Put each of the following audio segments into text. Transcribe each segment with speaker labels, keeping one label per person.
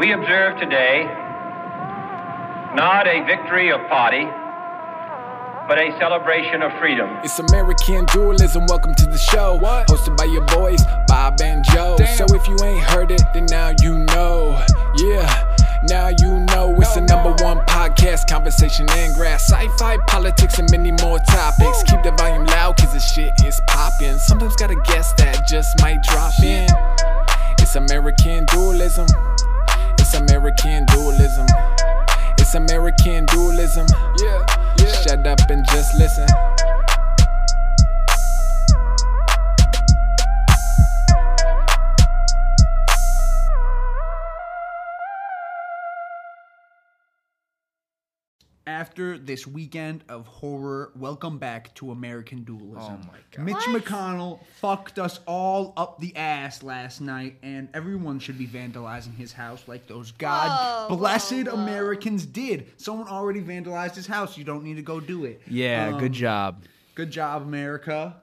Speaker 1: We observe today not a victory of party, but a celebration of freedom.
Speaker 2: It's American dualism. Welcome to the show.
Speaker 3: What?
Speaker 2: Hosted by your boys, Bob and Joe.
Speaker 3: Damn.
Speaker 2: So if you ain't heard it, then now you know. Yeah. Now you know it's the number one podcast, conversation and grass, sci-fi, politics, and many more topics. Keep the volume loud, cause this shit is poppin'. Sometimes got a guest that just might drop in. It's American dualism. It's American dualism. It's American dualism.
Speaker 3: Yeah, yeah.
Speaker 2: Shut up and just listen.
Speaker 4: after this weekend of horror, welcome back to American Dualism.
Speaker 3: Oh my God.
Speaker 4: Mitch
Speaker 5: What?
Speaker 4: McConnell fucked us all up the ass last night, and everyone should be vandalizing his house like those God
Speaker 5: Whoa,
Speaker 4: blessed
Speaker 5: whoa, whoa.
Speaker 4: Americans did. Someone already vandalized his house. You don't need to go do it.
Speaker 3: Yeah,
Speaker 4: Um,
Speaker 3: good job.
Speaker 4: Good job, America.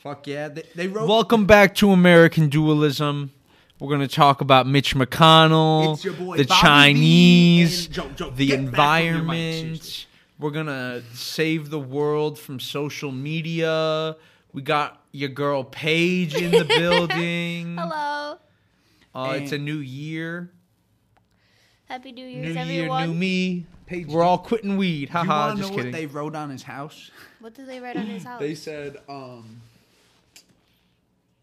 Speaker 4: Fuck yeah. They, they wrote.
Speaker 3: Welcome back to American Dualism. We're going to talk about Mitch McConnell,
Speaker 4: It's your boy,
Speaker 3: the
Speaker 4: Bobby B,
Speaker 3: Chinese,
Speaker 4: and Joe- Joe,
Speaker 3: the
Speaker 4: get back from your mic,
Speaker 3: environment.
Speaker 4: seriously.
Speaker 3: We're going to save the world from social media. We got your girl Paige in the building.
Speaker 5: Hello.
Speaker 3: Uh, it's a new year.
Speaker 5: Happy New
Speaker 3: New
Speaker 5: Year's,
Speaker 3: year,
Speaker 5: everyone.
Speaker 3: new me.
Speaker 4: Paige,
Speaker 3: We're all quitting weed.
Speaker 4: you
Speaker 3: Haha,
Speaker 4: want to know
Speaker 3: just kidding.
Speaker 4: what they wrote on his house?
Speaker 5: What did they write on his house?
Speaker 4: They said um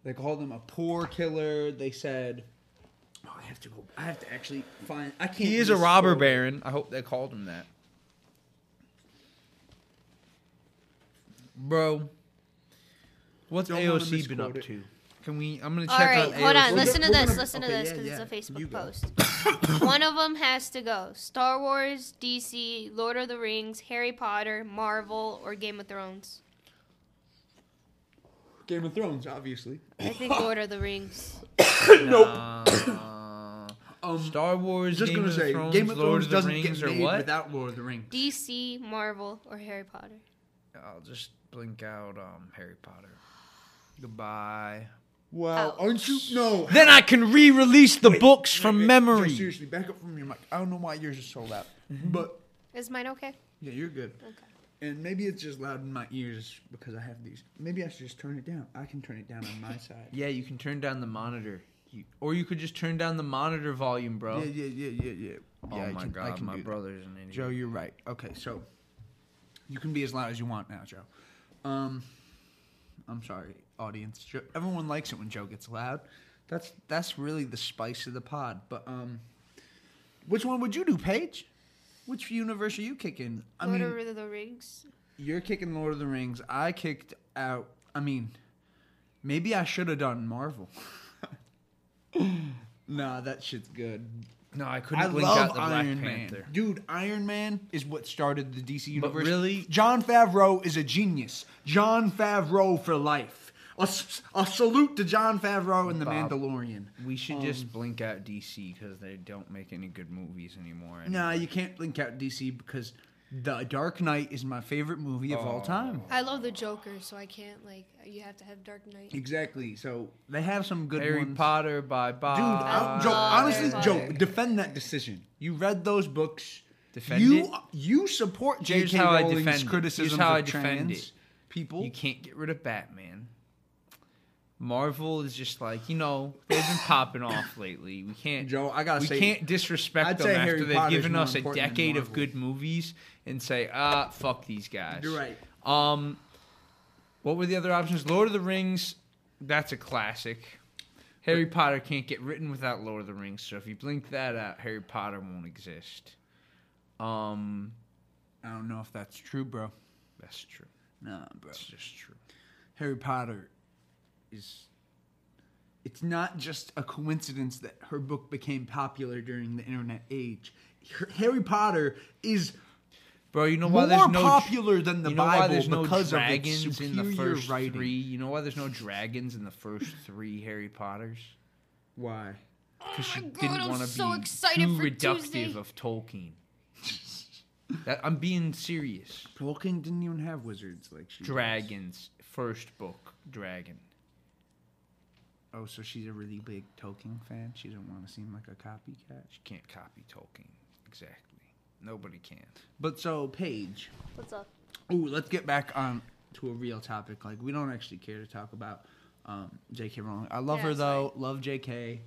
Speaker 4: they called him a poor killer. They said oh, I have to go I have to actually find I can't
Speaker 3: He is a
Speaker 4: just
Speaker 3: robber
Speaker 4: go-
Speaker 3: baron. I hope they called him that. Bro, what's
Speaker 4: Don't wanna
Speaker 3: AOC been up
Speaker 4: misquote it.
Speaker 3: to? Can we? I'm gonna check
Speaker 5: All right,
Speaker 3: out AOC.
Speaker 5: hold on.
Speaker 4: We're
Speaker 5: Listen
Speaker 4: go-
Speaker 5: to
Speaker 4: we're
Speaker 5: this.
Speaker 4: gonna-
Speaker 5: Listen to
Speaker 4: okay,
Speaker 5: this
Speaker 4: yeah,
Speaker 5: because
Speaker 4: yeah.
Speaker 5: it's a
Speaker 4: You
Speaker 5: Facebook
Speaker 4: go.
Speaker 5: post. One of them has to go: Star Wars, DC, Lord of the Rings, Harry Potter, Marvel, or Game of Thrones.
Speaker 4: Game of Thrones, obviously.
Speaker 5: I think Lord of the Rings.
Speaker 4: Um
Speaker 3: Star Wars,
Speaker 4: just
Speaker 3: Game
Speaker 4: gonna
Speaker 3: of
Speaker 4: say
Speaker 3: Thrones,
Speaker 4: Game of
Speaker 3: Lord
Speaker 4: Thrones
Speaker 3: of the
Speaker 4: doesn't
Speaker 3: Rings,
Speaker 4: get
Speaker 3: or
Speaker 4: made
Speaker 3: what?
Speaker 4: without Lord of the Rings.
Speaker 5: DC, Marvel, or Harry Potter.
Speaker 3: I'll just blink out um, Harry Potter. Goodbye.
Speaker 4: Wow, aren't you no
Speaker 3: Then I can re-release the books from
Speaker 4: Wait,
Speaker 3: memory.
Speaker 4: Joe,
Speaker 3: Mm-hmm.
Speaker 4: seriously, back up from your mic. I don't know why yours is so loud. But
Speaker 5: Is mine okay?
Speaker 4: yeah, you're good. And maybe it's just loud in my ears because I have these. Maybe I should just turn it down. I can turn it down on my side.
Speaker 3: yeah, you can turn down the monitor, you, or you could just turn down the monitor volume, bro.
Speaker 4: Yeah, yeah, yeah, yeah, yeah.
Speaker 3: Oh
Speaker 4: yeah, I
Speaker 3: my
Speaker 4: can- I
Speaker 3: god,
Speaker 4: can
Speaker 3: my
Speaker 4: do that.
Speaker 3: brother's an idiot.
Speaker 4: Joe, you're right. Okay, so you can be as loud as you want now, Joe. Um, I'm sorry, audience. Joe, everyone likes it when Joe gets loud. That's that's really the spice of the pod. But um, which one would you do, Paige? Which universe are you kicking? I
Speaker 5: Lord
Speaker 4: mean,
Speaker 5: of the Rings.
Speaker 4: you're kicking Lord of the Rings. I kicked out. I mean, maybe I should have done Marvel. nah, that shit's good.
Speaker 3: No, I couldn't
Speaker 4: I
Speaker 3: blink
Speaker 4: love
Speaker 3: out the Black
Speaker 4: Iron
Speaker 3: Panther.
Speaker 4: Man. Dude, Iron Man is what started the DC
Speaker 3: But
Speaker 4: universe.
Speaker 3: really-
Speaker 4: John Favreau is a genius. John Favreau for life. A, s- a salute to John Favreau and the
Speaker 3: Bob.
Speaker 4: Mandalorian.
Speaker 3: We should
Speaker 4: Um,
Speaker 3: just blink out DC because they don't make any good movies anymore. and-
Speaker 4: Nah, you can't blink out DC because The Dark Knight is my favorite movie of
Speaker 3: Oh.
Speaker 4: all time.
Speaker 5: I love the Joker, so I can't like. You have to have Dark Knight.
Speaker 4: Exactly. So they have some good
Speaker 3: Harry
Speaker 4: ones.
Speaker 3: Potter, bye bye.
Speaker 4: Dude, I, Joe,
Speaker 5: love
Speaker 4: honestly,
Speaker 5: Harry
Speaker 4: Joe,
Speaker 5: Potter.
Speaker 4: defend that decision. You read those books.
Speaker 3: Defend
Speaker 4: you
Speaker 3: it?
Speaker 4: you support J.K.
Speaker 3: Here's how I
Speaker 4: Rowling's
Speaker 3: defend it. Here's
Speaker 4: criticisms
Speaker 3: how
Speaker 4: of
Speaker 3: I defend
Speaker 4: trans
Speaker 3: it.
Speaker 4: people.
Speaker 3: you can't get rid of Batman. Marvel is just like you know they've been popping off lately. We can't,
Speaker 4: Joe, I gotta
Speaker 3: we
Speaker 4: say-
Speaker 3: can't disrespect
Speaker 4: I'd
Speaker 3: them
Speaker 4: say
Speaker 3: after
Speaker 4: Harry
Speaker 3: they've
Speaker 4: Potter's
Speaker 3: given
Speaker 4: more
Speaker 3: us a
Speaker 4: important than
Speaker 3: decade of
Speaker 4: Marvel.
Speaker 3: good movies and say ah fuck these guys.
Speaker 4: You're right.
Speaker 3: Um, what were the other options? Lord of the Rings, that's a classic. Harry Potter can't get written without Lord of the Rings, so if you blink that out, Harry Potter won't exist. Um,
Speaker 4: I don't know if that's true, bro.
Speaker 3: that's true.
Speaker 4: Nah, bro.
Speaker 3: That's just true.
Speaker 4: Harry Potter is. It's not just a coincidence that her book became popular during the internet age. Her- Harry Potter is
Speaker 3: Bro, you know why
Speaker 4: more
Speaker 3: there's no
Speaker 4: popular than the
Speaker 3: you know why
Speaker 4: Bible
Speaker 3: there's no
Speaker 4: because of its
Speaker 3: dragons in
Speaker 4: superior
Speaker 3: the first
Speaker 4: writing.
Speaker 3: three? You know why there's no dragons in the first three Harry Potters?
Speaker 4: Why?
Speaker 3: Because she
Speaker 5: Oh my God,
Speaker 3: didn't
Speaker 5: I'm
Speaker 3: want to
Speaker 5: so
Speaker 3: be
Speaker 5: excited
Speaker 3: too
Speaker 5: for
Speaker 3: reductive
Speaker 5: Tuesday.
Speaker 3: of Tolkien. That, I'm being serious.
Speaker 4: Tolkien didn't even have wizards like she does.
Speaker 3: Dragons, first book, dragon. Oh, so she's a really big Tolkien fan. She doesn't want to seem like a copycat.
Speaker 6: She can't copy Tolkien. Exactly. Nobody can.
Speaker 3: But so Paige.
Speaker 5: What's up?
Speaker 3: Ooh, let's get back
Speaker 6: um,
Speaker 3: on to a real topic. Like we don't actually care to talk about um, J.K. Rowling. I love
Speaker 5: Yeah,
Speaker 3: her
Speaker 5: it's
Speaker 3: though. Love J.K.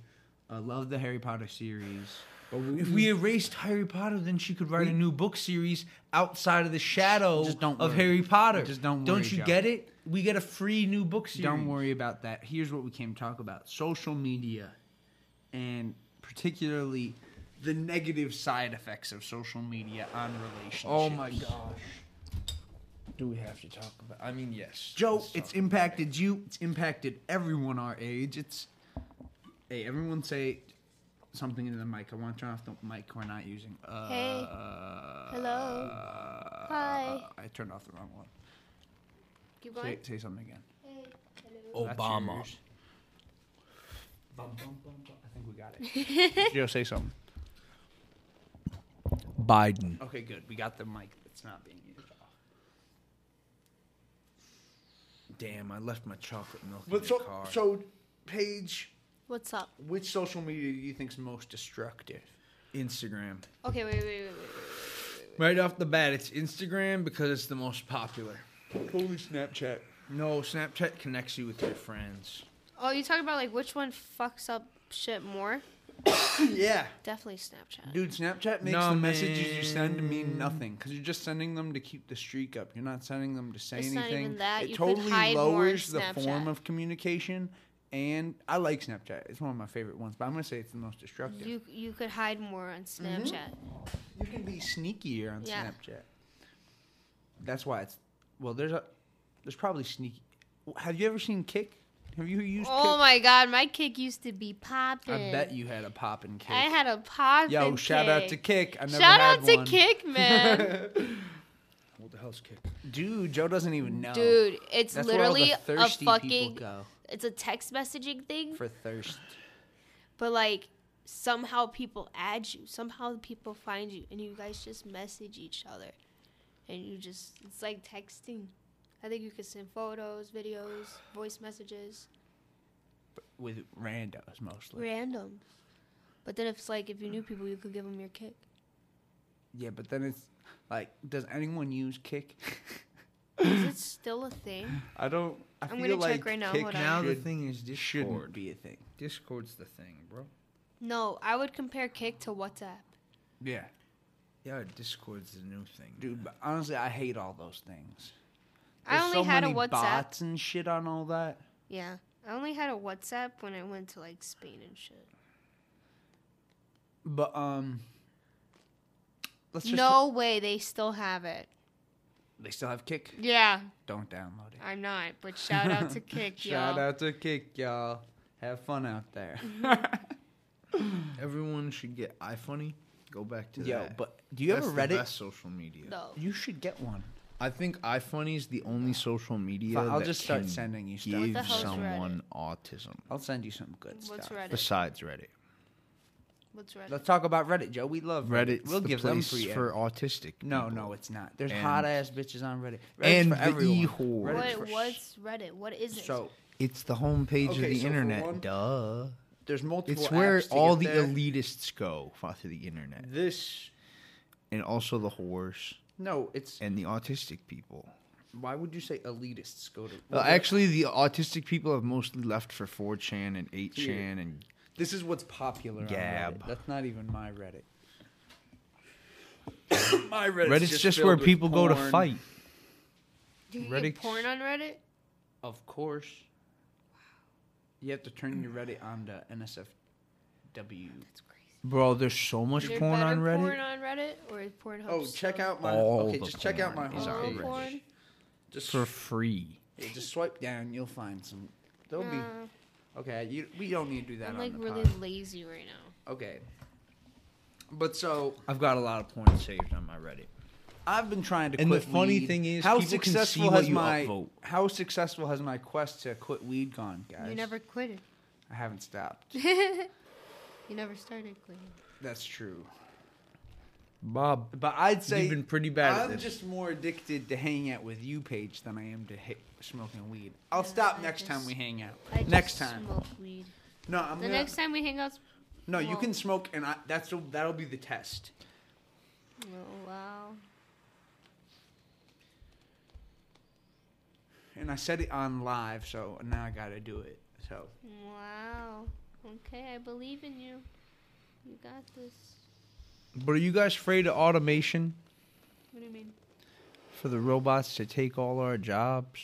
Speaker 3: I love the Harry Potter series. But we,
Speaker 6: If we erased Harry Potter, then she could write a new book series outside of the shadow
Speaker 3: Just don't
Speaker 6: of
Speaker 3: worry.
Speaker 6: Harry Potter.
Speaker 3: Just don't worry,
Speaker 6: Don't you
Speaker 3: Joe.
Speaker 6: get it? We get a free new book series.
Speaker 3: don't worry about that. Here's what we came to talk about: social media, and particularly the negative side effects of social media on relationships.
Speaker 6: Oh my gosh. Do we have to talk about? I mean, yes.
Speaker 3: Joe,
Speaker 6: Let's
Speaker 3: it's
Speaker 6: talk.
Speaker 3: impacted you. It's impacted everyone our age. It's hey, everyone say something into the mic. I want to turn off the mic we're not using. Uh,
Speaker 5: Hey. Hello.
Speaker 3: Uh,
Speaker 5: Hi.
Speaker 3: I turned off the wrong one.
Speaker 5: Keep
Speaker 3: Say,
Speaker 5: going.
Speaker 3: say something again.
Speaker 5: Hey.
Speaker 6: Obama.
Speaker 3: Bum, bum, bum, bum. I think we got it. Joe, say something.
Speaker 6: Biden.
Speaker 3: Okay, good. We got the mic that's not being used.
Speaker 6: Damn, I left my chocolate milk in
Speaker 3: But
Speaker 6: the
Speaker 3: so,
Speaker 6: car.
Speaker 3: so, Paige,
Speaker 5: What's up?
Speaker 3: which social media do you think's most destructive?
Speaker 6: Instagram.
Speaker 5: Okay, wait, wait, wait, wait.
Speaker 6: Right off the bat, it's Instagram because it's the most popular.
Speaker 3: Holy Snapchat.
Speaker 6: No, Snapchat connects you with your friends.
Speaker 5: Oh, you talking about like which one fucks up shit more?
Speaker 3: yeah.
Speaker 5: Definitely Snapchat.
Speaker 3: Dude, Snapchat makes
Speaker 6: No,
Speaker 3: the messages you send
Speaker 6: man.
Speaker 3: mean nothing because you're just sending them to keep the streak up. You're not sending them to say
Speaker 5: It's not
Speaker 3: anything.
Speaker 5: even that.
Speaker 3: It
Speaker 5: You could
Speaker 3: totally
Speaker 5: hide more in
Speaker 3: lowers the form
Speaker 5: Snapchat.
Speaker 3: of communication. And I like Snapchat. It's one of my favorite ones, but I'm gonna say it's the most destructive. You,
Speaker 5: You you could hide more on
Speaker 3: Mm-hmm.
Speaker 5: Snapchat.
Speaker 3: can be sneakier on
Speaker 5: Yeah.
Speaker 3: Snapchat. That's why it's well. There's a there's probably sneaky. Have you ever seen Kick? Have you used
Speaker 5: Oh
Speaker 3: Kick?
Speaker 5: my god, my kick used to be popping.
Speaker 3: I bet you had a poppin' Kick.
Speaker 5: I had a popping.
Speaker 3: Yo, shout out to
Speaker 5: kick.
Speaker 3: Kick. I never
Speaker 5: Shout
Speaker 3: had
Speaker 5: out to
Speaker 3: one.
Speaker 5: kick, man.
Speaker 6: What the hell's kick?
Speaker 3: Dude, Joe doesn't even know.
Speaker 5: Dude, it's
Speaker 3: Oh. That's
Speaker 5: literally
Speaker 3: where all the
Speaker 5: a
Speaker 3: thirsty people
Speaker 5: fucking.
Speaker 3: go
Speaker 5: It's a text messaging thing,
Speaker 3: for thirst.
Speaker 5: but like somehow people add you. Somehow people find you, and you guys just message each other, and you just it's like texting. I think you could send photos, videos, voice messages,
Speaker 3: With randos mostly.
Speaker 5: random. But then if it's like if you knew people, you could give them your kick.
Speaker 3: yeah, but then it's like, does anyone use Kick?
Speaker 5: Is it still a thing?
Speaker 3: I don't. I
Speaker 5: I'm
Speaker 3: feel
Speaker 5: gonna
Speaker 3: like
Speaker 5: check right now,
Speaker 3: Kick
Speaker 5: hold on.
Speaker 6: Now the
Speaker 3: should,
Speaker 6: thing is
Speaker 3: shouldn't
Speaker 6: Discord.
Speaker 3: be a thing.
Speaker 6: Discord's the thing, bro.
Speaker 5: No, I would compare kick to WhatsApp.
Speaker 3: Yeah,
Speaker 6: Yeah, Discord's the new thing.
Speaker 3: dude. But honestly, I hate all those things.
Speaker 5: I
Speaker 3: There's
Speaker 5: only
Speaker 3: so
Speaker 5: had a
Speaker 3: many
Speaker 5: WhatsApp.
Speaker 3: bots and shit on all that.
Speaker 5: Yeah. I only had a WhatsApp when I went to like Spain and shit.
Speaker 3: But um, let's just
Speaker 5: No way they still have it.
Speaker 3: They still have Kick.
Speaker 5: Yeah,
Speaker 3: Don't download it.
Speaker 5: I'm not. But shout out to Kick, y'all.
Speaker 3: Shout out to Kick, y'all. Have fun out there.
Speaker 6: Everyone should get iFunny. Go back to
Speaker 3: Yo,
Speaker 6: that.
Speaker 3: but do you
Speaker 6: That's
Speaker 3: ever
Speaker 6: the
Speaker 3: read it?
Speaker 6: best social media.
Speaker 5: No.
Speaker 3: You should get one.
Speaker 6: I think iFunny's the only social media
Speaker 3: Fine, I'll
Speaker 6: that
Speaker 3: just start
Speaker 6: can
Speaker 3: sending you stuff.
Speaker 5: What
Speaker 6: give
Speaker 5: the hell's
Speaker 6: someone autism
Speaker 3: I'll send you some good
Speaker 5: What's
Speaker 3: stuff.
Speaker 5: Reddit?
Speaker 6: besides Reddit.
Speaker 5: What's Reddit?
Speaker 3: Let's talk about Reddit, Joe. We love Reddit.
Speaker 6: Reddit's
Speaker 3: We'll
Speaker 6: the
Speaker 3: give them
Speaker 6: place
Speaker 3: free. ad.
Speaker 6: for autistic.
Speaker 3: no,
Speaker 6: people.
Speaker 3: no, it's not. There's
Speaker 6: And-
Speaker 3: hot ass bitches on Reddit. Reddit's
Speaker 6: and
Speaker 3: for
Speaker 6: the
Speaker 3: everyone.
Speaker 6: e-whore.
Speaker 3: Reddit's
Speaker 5: Wait,
Speaker 3: for-
Speaker 5: what's Reddit? What is it?
Speaker 3: So
Speaker 6: It's the homepage of
Speaker 3: Okay,
Speaker 6: the
Speaker 3: so for
Speaker 6: internet.
Speaker 3: one-
Speaker 6: Duh.
Speaker 3: there's multiple.
Speaker 6: It's where
Speaker 3: apps to
Speaker 6: all
Speaker 3: get
Speaker 6: the
Speaker 3: there.
Speaker 6: elitists go off of the internet,
Speaker 3: This
Speaker 6: and also the whores
Speaker 3: no, it's
Speaker 6: and the autistic people.
Speaker 3: why would you say elitists go to?
Speaker 6: Well, actually, the autistic people have mostly left for 4chan and 8chan, and
Speaker 3: this is what's popular. on
Speaker 6: Gab.
Speaker 3: Reddit. That's not even my Reddit. my Reddit's,
Speaker 6: Reddit's just, where
Speaker 3: filled with
Speaker 6: people go to
Speaker 3: porn.
Speaker 6: fight.
Speaker 5: Do you get
Speaker 6: Reddit's-
Speaker 5: porn on Reddit?
Speaker 3: Of course. You have to turn your Reddit on to NSFW.
Speaker 5: That's crazy.
Speaker 6: Bro, there's so much
Speaker 5: Is there
Speaker 6: porn
Speaker 5: better
Speaker 6: on Reddit.
Speaker 5: Porn on Reddit or is Pornhub?
Speaker 3: Oh,
Speaker 5: still-
Speaker 3: check out my.
Speaker 6: All
Speaker 3: okay,
Speaker 6: the
Speaker 3: just check out my
Speaker 6: porn is on
Speaker 5: All
Speaker 6: Reddit.
Speaker 3: homepage.
Speaker 5: porn?
Speaker 3: Just
Speaker 6: for free.
Speaker 3: yeah, just swipe down, you'll find some. There'll
Speaker 5: Nah,
Speaker 3: be okay. You, we don't need to do that.
Speaker 5: I'm
Speaker 3: on
Speaker 5: like
Speaker 3: the
Speaker 5: really
Speaker 3: pod.
Speaker 5: lazy right now.
Speaker 3: okay. But so
Speaker 6: I've got a lot of porn saved on my Reddit.
Speaker 3: I've been trying to.
Speaker 6: And the
Speaker 3: quit
Speaker 6: funny
Speaker 3: weed.
Speaker 6: thing is,
Speaker 3: how
Speaker 6: people can
Speaker 3: successful
Speaker 6: see what
Speaker 3: has
Speaker 6: you
Speaker 3: my
Speaker 6: upvote.
Speaker 3: how successful has my quest to quit weed gone, guys?
Speaker 5: You never quitted.
Speaker 3: I haven't stopped.
Speaker 5: You never started quitting.
Speaker 3: That's true.
Speaker 6: Bob.
Speaker 3: But I'd say
Speaker 6: You've been pretty bad at
Speaker 3: I'm
Speaker 6: this.
Speaker 3: just more addicted to hanging out with you, Paige, than I am to hit, smoking weed. I'll stop
Speaker 5: I
Speaker 3: next time
Speaker 5: just-
Speaker 3: we hang out.
Speaker 5: I
Speaker 3: next
Speaker 5: just
Speaker 3: time.
Speaker 5: Smoke weed.
Speaker 3: No, I'm
Speaker 5: The
Speaker 3: gonna.
Speaker 5: next time we hang out.
Speaker 3: no, you
Speaker 5: well-
Speaker 3: can smoke, and I, that's the- that'll be the test.
Speaker 5: Oh, wow.
Speaker 3: And I said it on live, so now I gotta do it. So
Speaker 5: Wow. Okay, I believe in you. You got this.
Speaker 3: But are you guys afraid of automation
Speaker 5: What do you mean?
Speaker 3: for the robots to take all our jobs?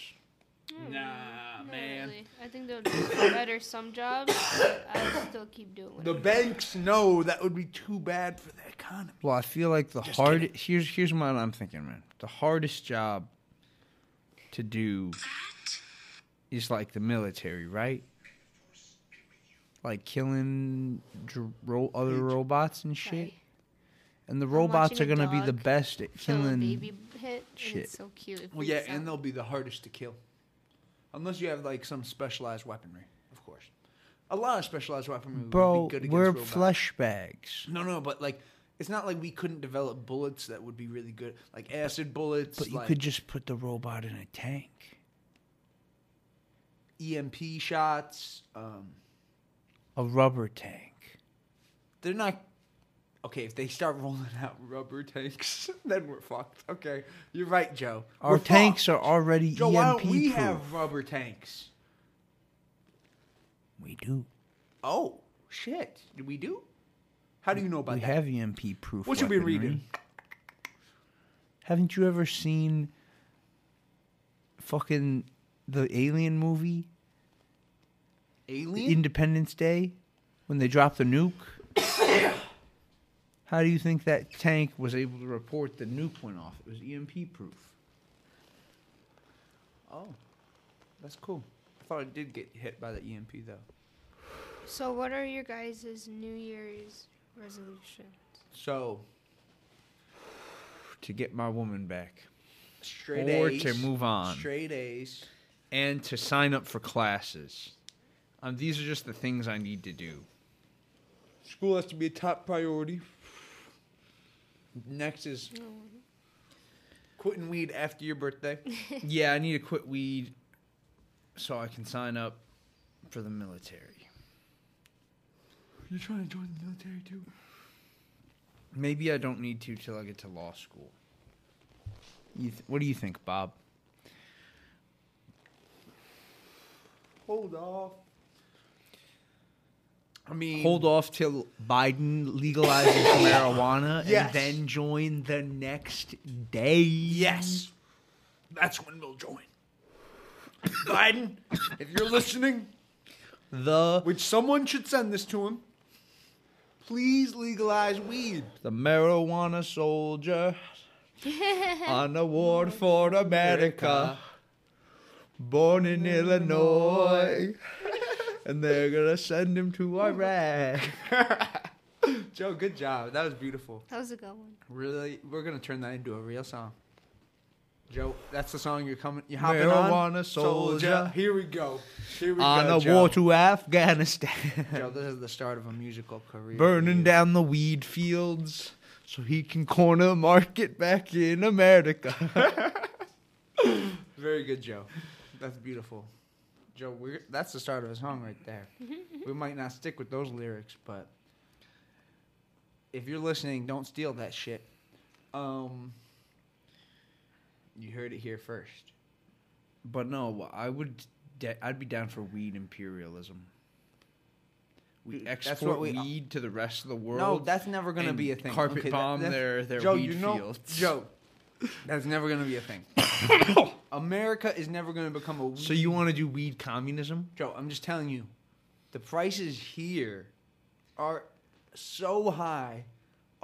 Speaker 5: Not
Speaker 3: Nah,
Speaker 5: really. Not
Speaker 3: man.
Speaker 5: really. I think they'll do better some jobs. but I still keep doing what
Speaker 3: The
Speaker 5: I'm
Speaker 3: banks know that would be too bad for the economy.
Speaker 6: Well, I feel like the hard here's here's what I'm thinking, man. The hardest job to do is like the military, right? Like killing dr- ro- other robots and shit.
Speaker 5: Right.
Speaker 6: And the robots are
Speaker 5: watching a
Speaker 6: gonna be the
Speaker 5: dog
Speaker 6: best at
Speaker 5: Show a
Speaker 6: killing.
Speaker 5: baby hit. And
Speaker 6: shit.
Speaker 5: it's so cute. It
Speaker 3: Well, yeah,
Speaker 5: freaks
Speaker 3: and
Speaker 5: out.
Speaker 3: they'll be the hardest to kill, unless you have like some specialized weaponry, of course. A lot of specialized weaponry would
Speaker 6: Bro,
Speaker 3: be good against
Speaker 6: we're
Speaker 3: robots.
Speaker 6: flesh bags.
Speaker 3: No, no, but like, it's not like we couldn't develop bullets that would be really good, like acid bullets,
Speaker 6: But you
Speaker 3: like
Speaker 6: could just put the robot in a tank.
Speaker 3: EMP E shots. Um,
Speaker 6: A rubber tank.
Speaker 3: they're not. Okay, if they start rolling out rubber tanks, then we're fucked. Okay, you're right, Joe.
Speaker 6: Our
Speaker 3: We're
Speaker 6: tanks
Speaker 3: fucked.
Speaker 6: are already
Speaker 3: Joe,
Speaker 6: EMP
Speaker 3: why don't we
Speaker 6: proof.
Speaker 3: have rubber tanks?
Speaker 6: we do.
Speaker 3: Oh shit, do we do? How do you know about
Speaker 6: we
Speaker 3: that?
Speaker 6: have EMP proof.
Speaker 3: What should we
Speaker 6: weaponry.
Speaker 3: read in?
Speaker 6: Haven't you ever seen fucking the Alien movie,
Speaker 3: Alien?
Speaker 6: Independence Day, when they drop the nuke? How do you think that tank was able to report the nuke went off? It was EMP proof.
Speaker 3: oh, that's cool. I thought I did get hit by the EMP though.
Speaker 5: So, what are your guys' New Year's resolution?
Speaker 3: So
Speaker 6: To get my woman back.
Speaker 3: straight
Speaker 6: Or
Speaker 3: A's.
Speaker 6: to move on.
Speaker 3: Straight A's.
Speaker 6: And to sign up for classes. Um, these are just the things I need to do.
Speaker 3: School has to be a top priority. Next is quitting weed after your birthday.
Speaker 6: yeah, I need to quit weed so I can sign up for the military.
Speaker 3: You're trying to join the military too?
Speaker 6: Maybe I don't need to till I get to law school. You th- what do you think, Bob?
Speaker 3: Hold off. I mean,
Speaker 6: Hold off till Biden legalizes marijuana
Speaker 3: Yes.
Speaker 6: and then join the next day.
Speaker 3: Yes. That's when we'll join. Biden, if you're listening,
Speaker 6: The
Speaker 3: which someone should send this to him, please legalize weed.
Speaker 6: the marijuana soldier on award for America. Born in Illinois. and they're gonna send him to Iraq.
Speaker 3: Joe, good job. That was beautiful.
Speaker 5: That was a good one.
Speaker 3: Really, we're gonna turn that into a real song. Joe, that's the song you're coming. You hopping on,
Speaker 6: Marijuana soldier.
Speaker 3: Here we go. Here we
Speaker 6: On
Speaker 3: go.
Speaker 6: a
Speaker 3: Joe.
Speaker 6: war to Afghanistan.
Speaker 3: Joe, this is the start of a musical career.
Speaker 6: burning down the weed fields so he can corner market back in America.
Speaker 3: Very good, Joe. That's beautiful. Joe, we're, that's the start of a song right there. we might not stick with those lyrics, but if you're listening, don't steal that shit. Um, you heard it here first.
Speaker 6: but no, I would. De- I'd be down for weed imperialism. We
Speaker 3: Dude, that's what
Speaker 6: export
Speaker 3: we-
Speaker 6: weed to the rest of the world.
Speaker 3: No, that's never gonna
Speaker 6: and
Speaker 3: be a thing.
Speaker 6: Carpet
Speaker 3: Okay, that-
Speaker 6: bomb
Speaker 3: that's-
Speaker 6: their their
Speaker 3: Joe, you
Speaker 6: weed
Speaker 3: know,
Speaker 6: fields.
Speaker 3: Joe, that's never gonna be a thing. America is never gonna become a. Weed.
Speaker 6: So you want to do weed communism?
Speaker 3: Joe, I'm just telling you, the prices here are so high.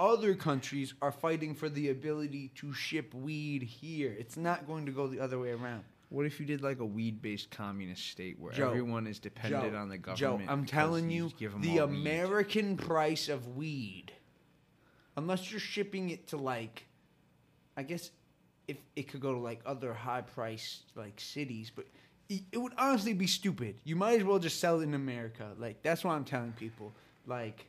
Speaker 3: Other countries are fighting for the ability to ship weed here. It's not going to go the other way around.
Speaker 6: What if you did like a weed-based communist state where
Speaker 3: Joe,
Speaker 6: everyone is dependent
Speaker 3: Joe,
Speaker 6: on the government?
Speaker 3: Joe, I'm
Speaker 6: because
Speaker 3: telling you,
Speaker 6: just give 'em
Speaker 3: the
Speaker 6: all weed?
Speaker 3: American price of weed, unless you're shipping it to like, I guess, if it could go to like other high price like cities, but it, it would honestly be stupid. You might as well just sell it in America. Like that's what I'm telling people. Like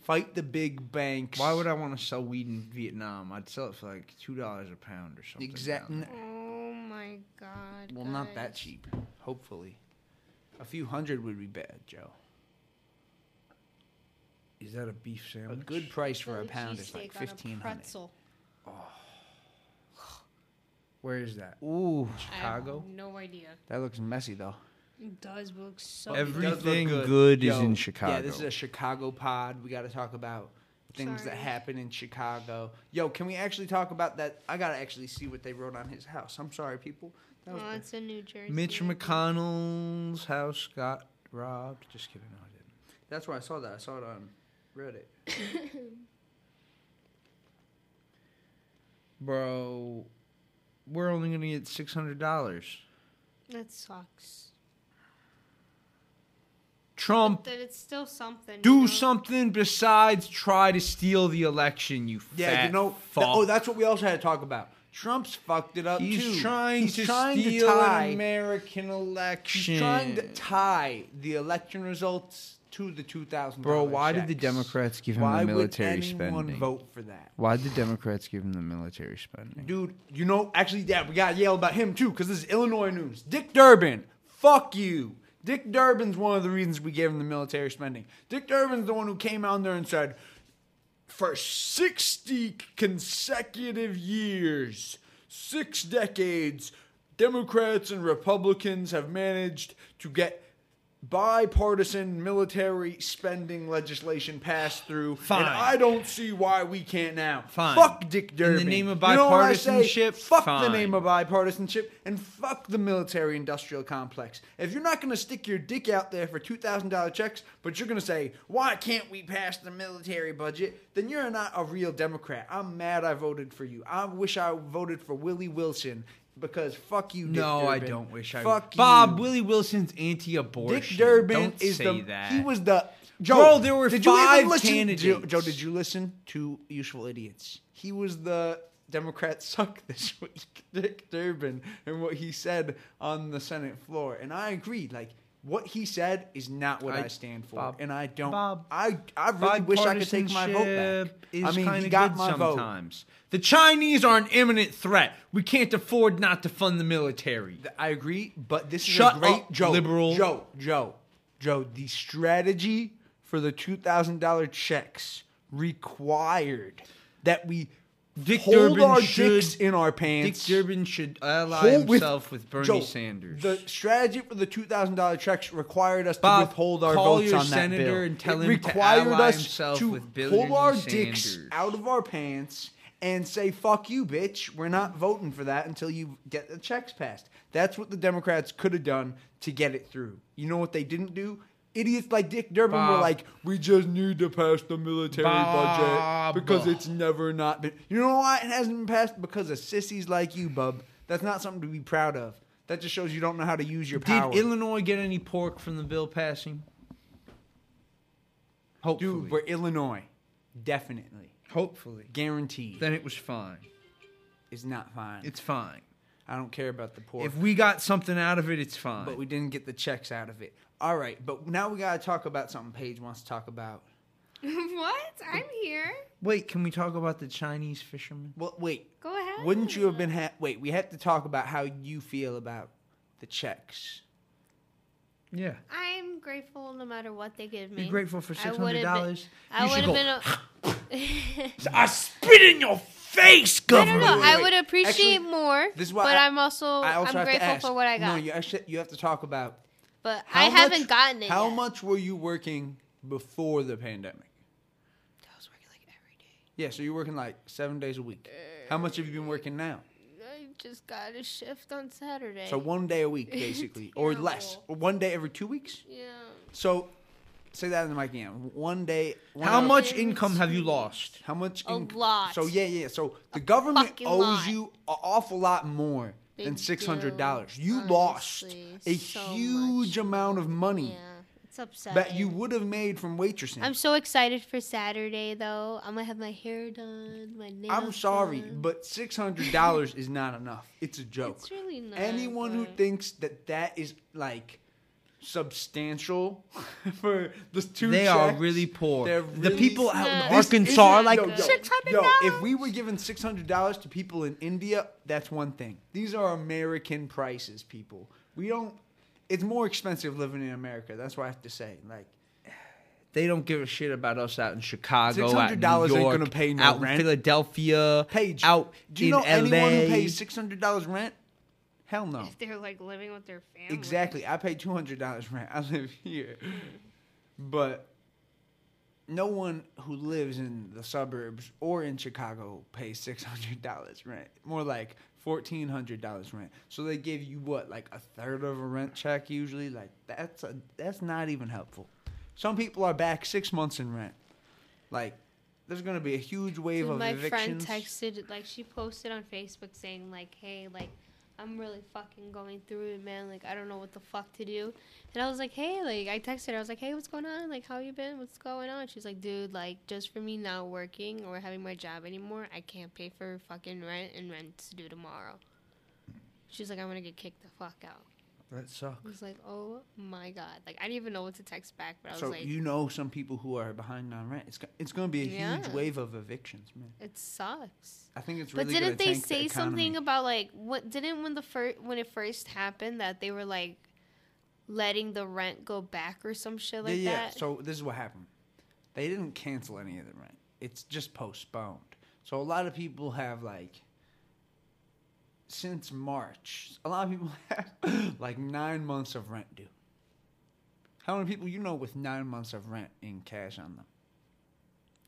Speaker 4: Fight the big banks.
Speaker 6: Why would I want to sell weed in Vietnam? I'd sell it for like two dollars a pound or something.
Speaker 4: Exactly.
Speaker 6: down
Speaker 5: Oh my god.
Speaker 4: Well, not that
Speaker 5: guys.
Speaker 4: cheap. Hopefully, a few hundred would be bad, Joe.
Speaker 6: there. Is that a beef
Speaker 4: A
Speaker 6: sandwich?
Speaker 4: good price for a
Speaker 5: Philly
Speaker 4: pound is like
Speaker 5: cheesesteak on a
Speaker 4: fifteen hundred.
Speaker 5: pretzel.
Speaker 6: Where is that?
Speaker 4: Ooh,
Speaker 5: I have
Speaker 6: Chicago?
Speaker 5: no idea.
Speaker 4: that looks messy though.
Speaker 5: It does look so.
Speaker 6: Every-
Speaker 4: It does look
Speaker 6: Everything good is in
Speaker 4: Yeah,
Speaker 6: Chicago.
Speaker 4: this is a Chicago pod. We got to talk about things
Speaker 5: Sorry.
Speaker 4: that happen in Chicago. Yo, can we actually talk about that? I gotta actually see what they wrote on his house. I'm sorry, people. That was
Speaker 5: well,
Speaker 4: bad.
Speaker 5: Oh, it's in New Jersey.
Speaker 6: Mitch McConnell's house got robbed. Just kidding. No, I didn't.
Speaker 4: That's where I saw that. I saw it on Reddit.
Speaker 6: Bro, we're only gonna get six hundred dollars.
Speaker 5: That sucks.
Speaker 6: Trump,
Speaker 5: That it's still something. you know?
Speaker 6: do something besides try to steal the election. You
Speaker 4: Yeah,
Speaker 6: fat
Speaker 4: you know. th-
Speaker 6: fuck.
Speaker 4: oh, that's what we also had to talk about. Trump's fucked it up
Speaker 6: He's
Speaker 4: too.
Speaker 6: trying
Speaker 4: He's
Speaker 6: to
Speaker 4: trying
Speaker 6: steal
Speaker 4: tie.
Speaker 6: an American election.
Speaker 4: He's trying to tie the election results to the two thousand.
Speaker 6: Bro, why did the Democrats give him the
Speaker 4: why
Speaker 6: military
Speaker 4: would anyone
Speaker 6: spending?
Speaker 4: vote for that?
Speaker 6: Why did the Democrats give him the military spending?
Speaker 4: Dude, you know, actually, yeah, we gotta yell about him too, because this is Illinois news. Dick Durbin, fuck you. Dick Durbin's one of the reasons we gave him the military spending. Dick Durbin's the one who came out there and said, for 60 consecutive years, six decades, Democrats and Republicans have managed to get bipartisan military spending legislation passed through.
Speaker 6: Fine.
Speaker 4: And I don't see why we can't now.
Speaker 6: Fine.
Speaker 4: Fuck Dick
Speaker 6: In
Speaker 4: Durbin.
Speaker 6: the name of
Speaker 4: You know what I say?
Speaker 6: bipartisanship,
Speaker 4: Fuck the
Speaker 6: fine.
Speaker 4: name of bipartisanship and fuck the military industrial complex. If you're not going to stick your dick out there for $2,000 checks, but you're going to say, why can't we pass the military budget? Then you're not a real Democrat. I'm mad I voted for you. I wish I voted for Willie Wilson because fuck you, Dick
Speaker 6: No, I
Speaker 4: Durbin.
Speaker 6: don't wish I.
Speaker 4: Fuck
Speaker 6: Bob
Speaker 4: you.
Speaker 6: Willie Wilson's anti-abortion.
Speaker 4: Dick Durbin
Speaker 6: Don't
Speaker 4: is
Speaker 6: say
Speaker 4: the
Speaker 6: that.
Speaker 4: he was the Joe.
Speaker 6: Bro, there were
Speaker 4: did you
Speaker 6: five
Speaker 4: even listen, Joe,
Speaker 6: candidates.
Speaker 4: Joe, did you listen to Useful Idiots? He was the Democrats suck this week, Dick Durbin, and what he said on the Senate floor. And I agree, like what he said is not what I,
Speaker 6: I-
Speaker 4: stand for,
Speaker 6: Bob-
Speaker 4: and I don't.
Speaker 6: Bob,
Speaker 4: I I really wish I could take my vote back.
Speaker 6: Bipartisanship Is
Speaker 4: I mean,
Speaker 6: kinda
Speaker 4: he got
Speaker 6: good
Speaker 4: my vote.
Speaker 6: sometimes. The Chinese are an imminent threat. We can't afford not to fund the military.
Speaker 4: Th- I agree, but this is
Speaker 6: Shut
Speaker 4: a great
Speaker 6: up,
Speaker 4: Joe,
Speaker 6: liberal.
Speaker 4: Joe, Joe, Joe. The strategy for the two thousand dollar checks required that we
Speaker 6: Dick
Speaker 4: hold
Speaker 6: Durbin
Speaker 4: our
Speaker 6: should-
Speaker 4: dicks in our
Speaker 6: Dick
Speaker 4: pants.
Speaker 6: Durbin should ally
Speaker 4: hold with-
Speaker 6: himself with, Bernie
Speaker 4: Joe,
Speaker 6: Sanders.
Speaker 4: The strategy for the two thousand dollar checks required us
Speaker 6: Bob,
Speaker 4: to withhold our
Speaker 6: call
Speaker 4: votes
Speaker 6: your
Speaker 4: on that
Speaker 6: senator
Speaker 4: bill.
Speaker 6: and tell
Speaker 4: it
Speaker 6: him to
Speaker 4: required
Speaker 6: ally
Speaker 4: us
Speaker 6: himself
Speaker 4: to
Speaker 6: with
Speaker 4: pull
Speaker 6: Bernie
Speaker 4: our dicks
Speaker 6: Sanders.
Speaker 4: out of our pants and say "fuck you, bitch." We're not voting for that until you get the checks passed. That's what the Democrats could have done to get it through. You know what they didn't do? Idiots like Dick Durbin were
Speaker 6: Bob.
Speaker 4: like, "We just need to pass the military
Speaker 6: Bob.
Speaker 4: budget because it's never not been." You know why it hasn't been passed? Because of sissies like you, bub. That's not something to be proud of. That just shows you don't know how to use your
Speaker 6: Did
Speaker 4: power.
Speaker 6: Illinois get any pork from the bill passing? Hopefully.
Speaker 4: Dude, we're Illinois. Definitely.
Speaker 6: Hopefully.
Speaker 4: Guaranteed.
Speaker 6: Then it was fine.
Speaker 4: it's not fine.
Speaker 6: It's fine.
Speaker 4: I don't care about the poor.
Speaker 6: If we got something out of it, it's fine.
Speaker 4: but we didn't get the checks out of it. All right, but now we gotta talk about something Paige wants to talk about.
Speaker 5: what? I'm here.
Speaker 6: Wait, can we talk about the Chinese fishermen?
Speaker 4: Well, wait.
Speaker 5: Go ahead.
Speaker 4: Wouldn't you have been ha- wait? We have to talk about how you feel about the checks.
Speaker 6: Yeah.
Speaker 5: I'm grateful no matter what they give me.
Speaker 6: You're grateful for
Speaker 5: I
Speaker 6: six
Speaker 5: would've
Speaker 6: hundred
Speaker 5: been-
Speaker 6: dollars.
Speaker 5: I would have been. A,
Speaker 6: I spit in your face,
Speaker 5: I don't
Speaker 6: governor.
Speaker 5: know.
Speaker 4: wait,
Speaker 5: I
Speaker 4: wait.
Speaker 5: would appreciate
Speaker 4: Actually,
Speaker 5: more.
Speaker 4: this is why
Speaker 5: but
Speaker 4: I-
Speaker 5: am also,
Speaker 4: I also have
Speaker 5: I'm
Speaker 4: to
Speaker 5: grateful
Speaker 4: ask.
Speaker 5: for what I got.
Speaker 4: No, you actually you have to talk about.
Speaker 5: but
Speaker 4: How
Speaker 5: I
Speaker 4: much-
Speaker 5: haven't gotten it.
Speaker 4: How
Speaker 5: yet.
Speaker 4: much were you working before the pandemic?
Speaker 5: I was working like every day.
Speaker 4: Yeah, so you're working like seven days a week. How much have you been working now?
Speaker 5: I just got a shift on Saturday.
Speaker 4: So one day a week, basically, or less,
Speaker 5: Terrible.
Speaker 4: or one day every two weeks.
Speaker 5: yeah.
Speaker 4: So say that in the mic again. One day. One
Speaker 6: How
Speaker 4: hour-
Speaker 6: much income have you lost?
Speaker 4: How much?
Speaker 5: A lot.
Speaker 4: So yeah, yeah. So the government
Speaker 5: fucking
Speaker 4: owes
Speaker 5: lot.
Speaker 4: you an awful lot more
Speaker 5: They
Speaker 4: than six hundred dollars.
Speaker 5: do,
Speaker 4: You lost
Speaker 5: honestly,
Speaker 4: a
Speaker 5: so
Speaker 4: huge
Speaker 5: much.
Speaker 4: amount of money
Speaker 5: Yeah. It's upsetting.
Speaker 4: that you would have made from waitressing.
Speaker 5: I'm so excited for Saturday though. I'm gonna have my hair done, my nails.
Speaker 4: I'm sorry,
Speaker 5: done.
Speaker 4: but six hundred dollars is not enough. It's a joke.
Speaker 5: it's really not.
Speaker 4: Anyone who
Speaker 5: but-
Speaker 4: thinks that that is like substantial for the two.
Speaker 3: They
Speaker 4: checks.
Speaker 3: are really poor.
Speaker 4: They're
Speaker 3: The
Speaker 4: really-
Speaker 3: people out
Speaker 5: Nah.
Speaker 3: in
Speaker 5: This
Speaker 3: Arkansas are
Speaker 5: isn't-
Speaker 3: like,
Speaker 5: no,
Speaker 4: yo,
Speaker 5: $600?
Speaker 4: yo, if we were giving six hundred dollars to people in India, that's one thing. These are American prices, people. We don't. It's more expensive living in America. That's what I have to say. Like
Speaker 3: they don't give a shit about us out in Chicago, out in New
Speaker 4: $600 ain't
Speaker 3: York,
Speaker 4: gonna pay no
Speaker 3: out in
Speaker 4: rent.
Speaker 3: Philadelphia,
Speaker 4: Paige,
Speaker 3: out
Speaker 4: do you
Speaker 3: in
Speaker 4: know anyone
Speaker 3: LA.
Speaker 4: who pays six hundred dollars rent? Hell no.
Speaker 5: If they're like living with their family.
Speaker 4: Exactly. I pay two hundred dollars rent. I live here, but no one who lives in the suburbs or in Chicago pays six hundred dollars rent. More like fourteen hundred dollars rent. So they give you what, like a third of a rent check usually. Like that's a that's not even helpful. Some people are back six months in rent. Like there's gonna be a huge wave
Speaker 5: Dude,
Speaker 4: of
Speaker 5: my
Speaker 4: evictions.
Speaker 5: friend texted, like, she posted on Facebook saying, like, hey, like, I'm really fucking going through it, man. Like, I don't know what the fuck to do. And I was like, hey, like, I texted her. I was like, hey, what's going on? Like, how you been? What's going on? She's like, dude, like, just for me not working or having my job anymore, I can't pay for fucking rent and rent's due tomorrow. She's like, I'm gonna get kicked the fuck out.
Speaker 4: that sucks.
Speaker 5: I was like, oh my god. Like, I didn't even know what to text back, but I was
Speaker 4: So
Speaker 5: like,
Speaker 4: you know some people who are behind on rent. It's go- it's going to be a huge
Speaker 5: Yeah.
Speaker 4: wave of evictions, man.
Speaker 5: it sucks.
Speaker 4: I think it's
Speaker 5: But
Speaker 4: really. gonna
Speaker 5: didn't they
Speaker 4: tank the
Speaker 5: say something
Speaker 4: economy.
Speaker 5: about like what didn't when the first when it first happened that they were like letting the rent go back or some shit like
Speaker 4: yeah, yeah.
Speaker 5: that?
Speaker 4: So this is what happened. They didn't cancel any of the rent. It's just postponed. So a lot of people have like since March. A lot of people have like nine months of rent due. How many people you know with nine months of rent in cash on them?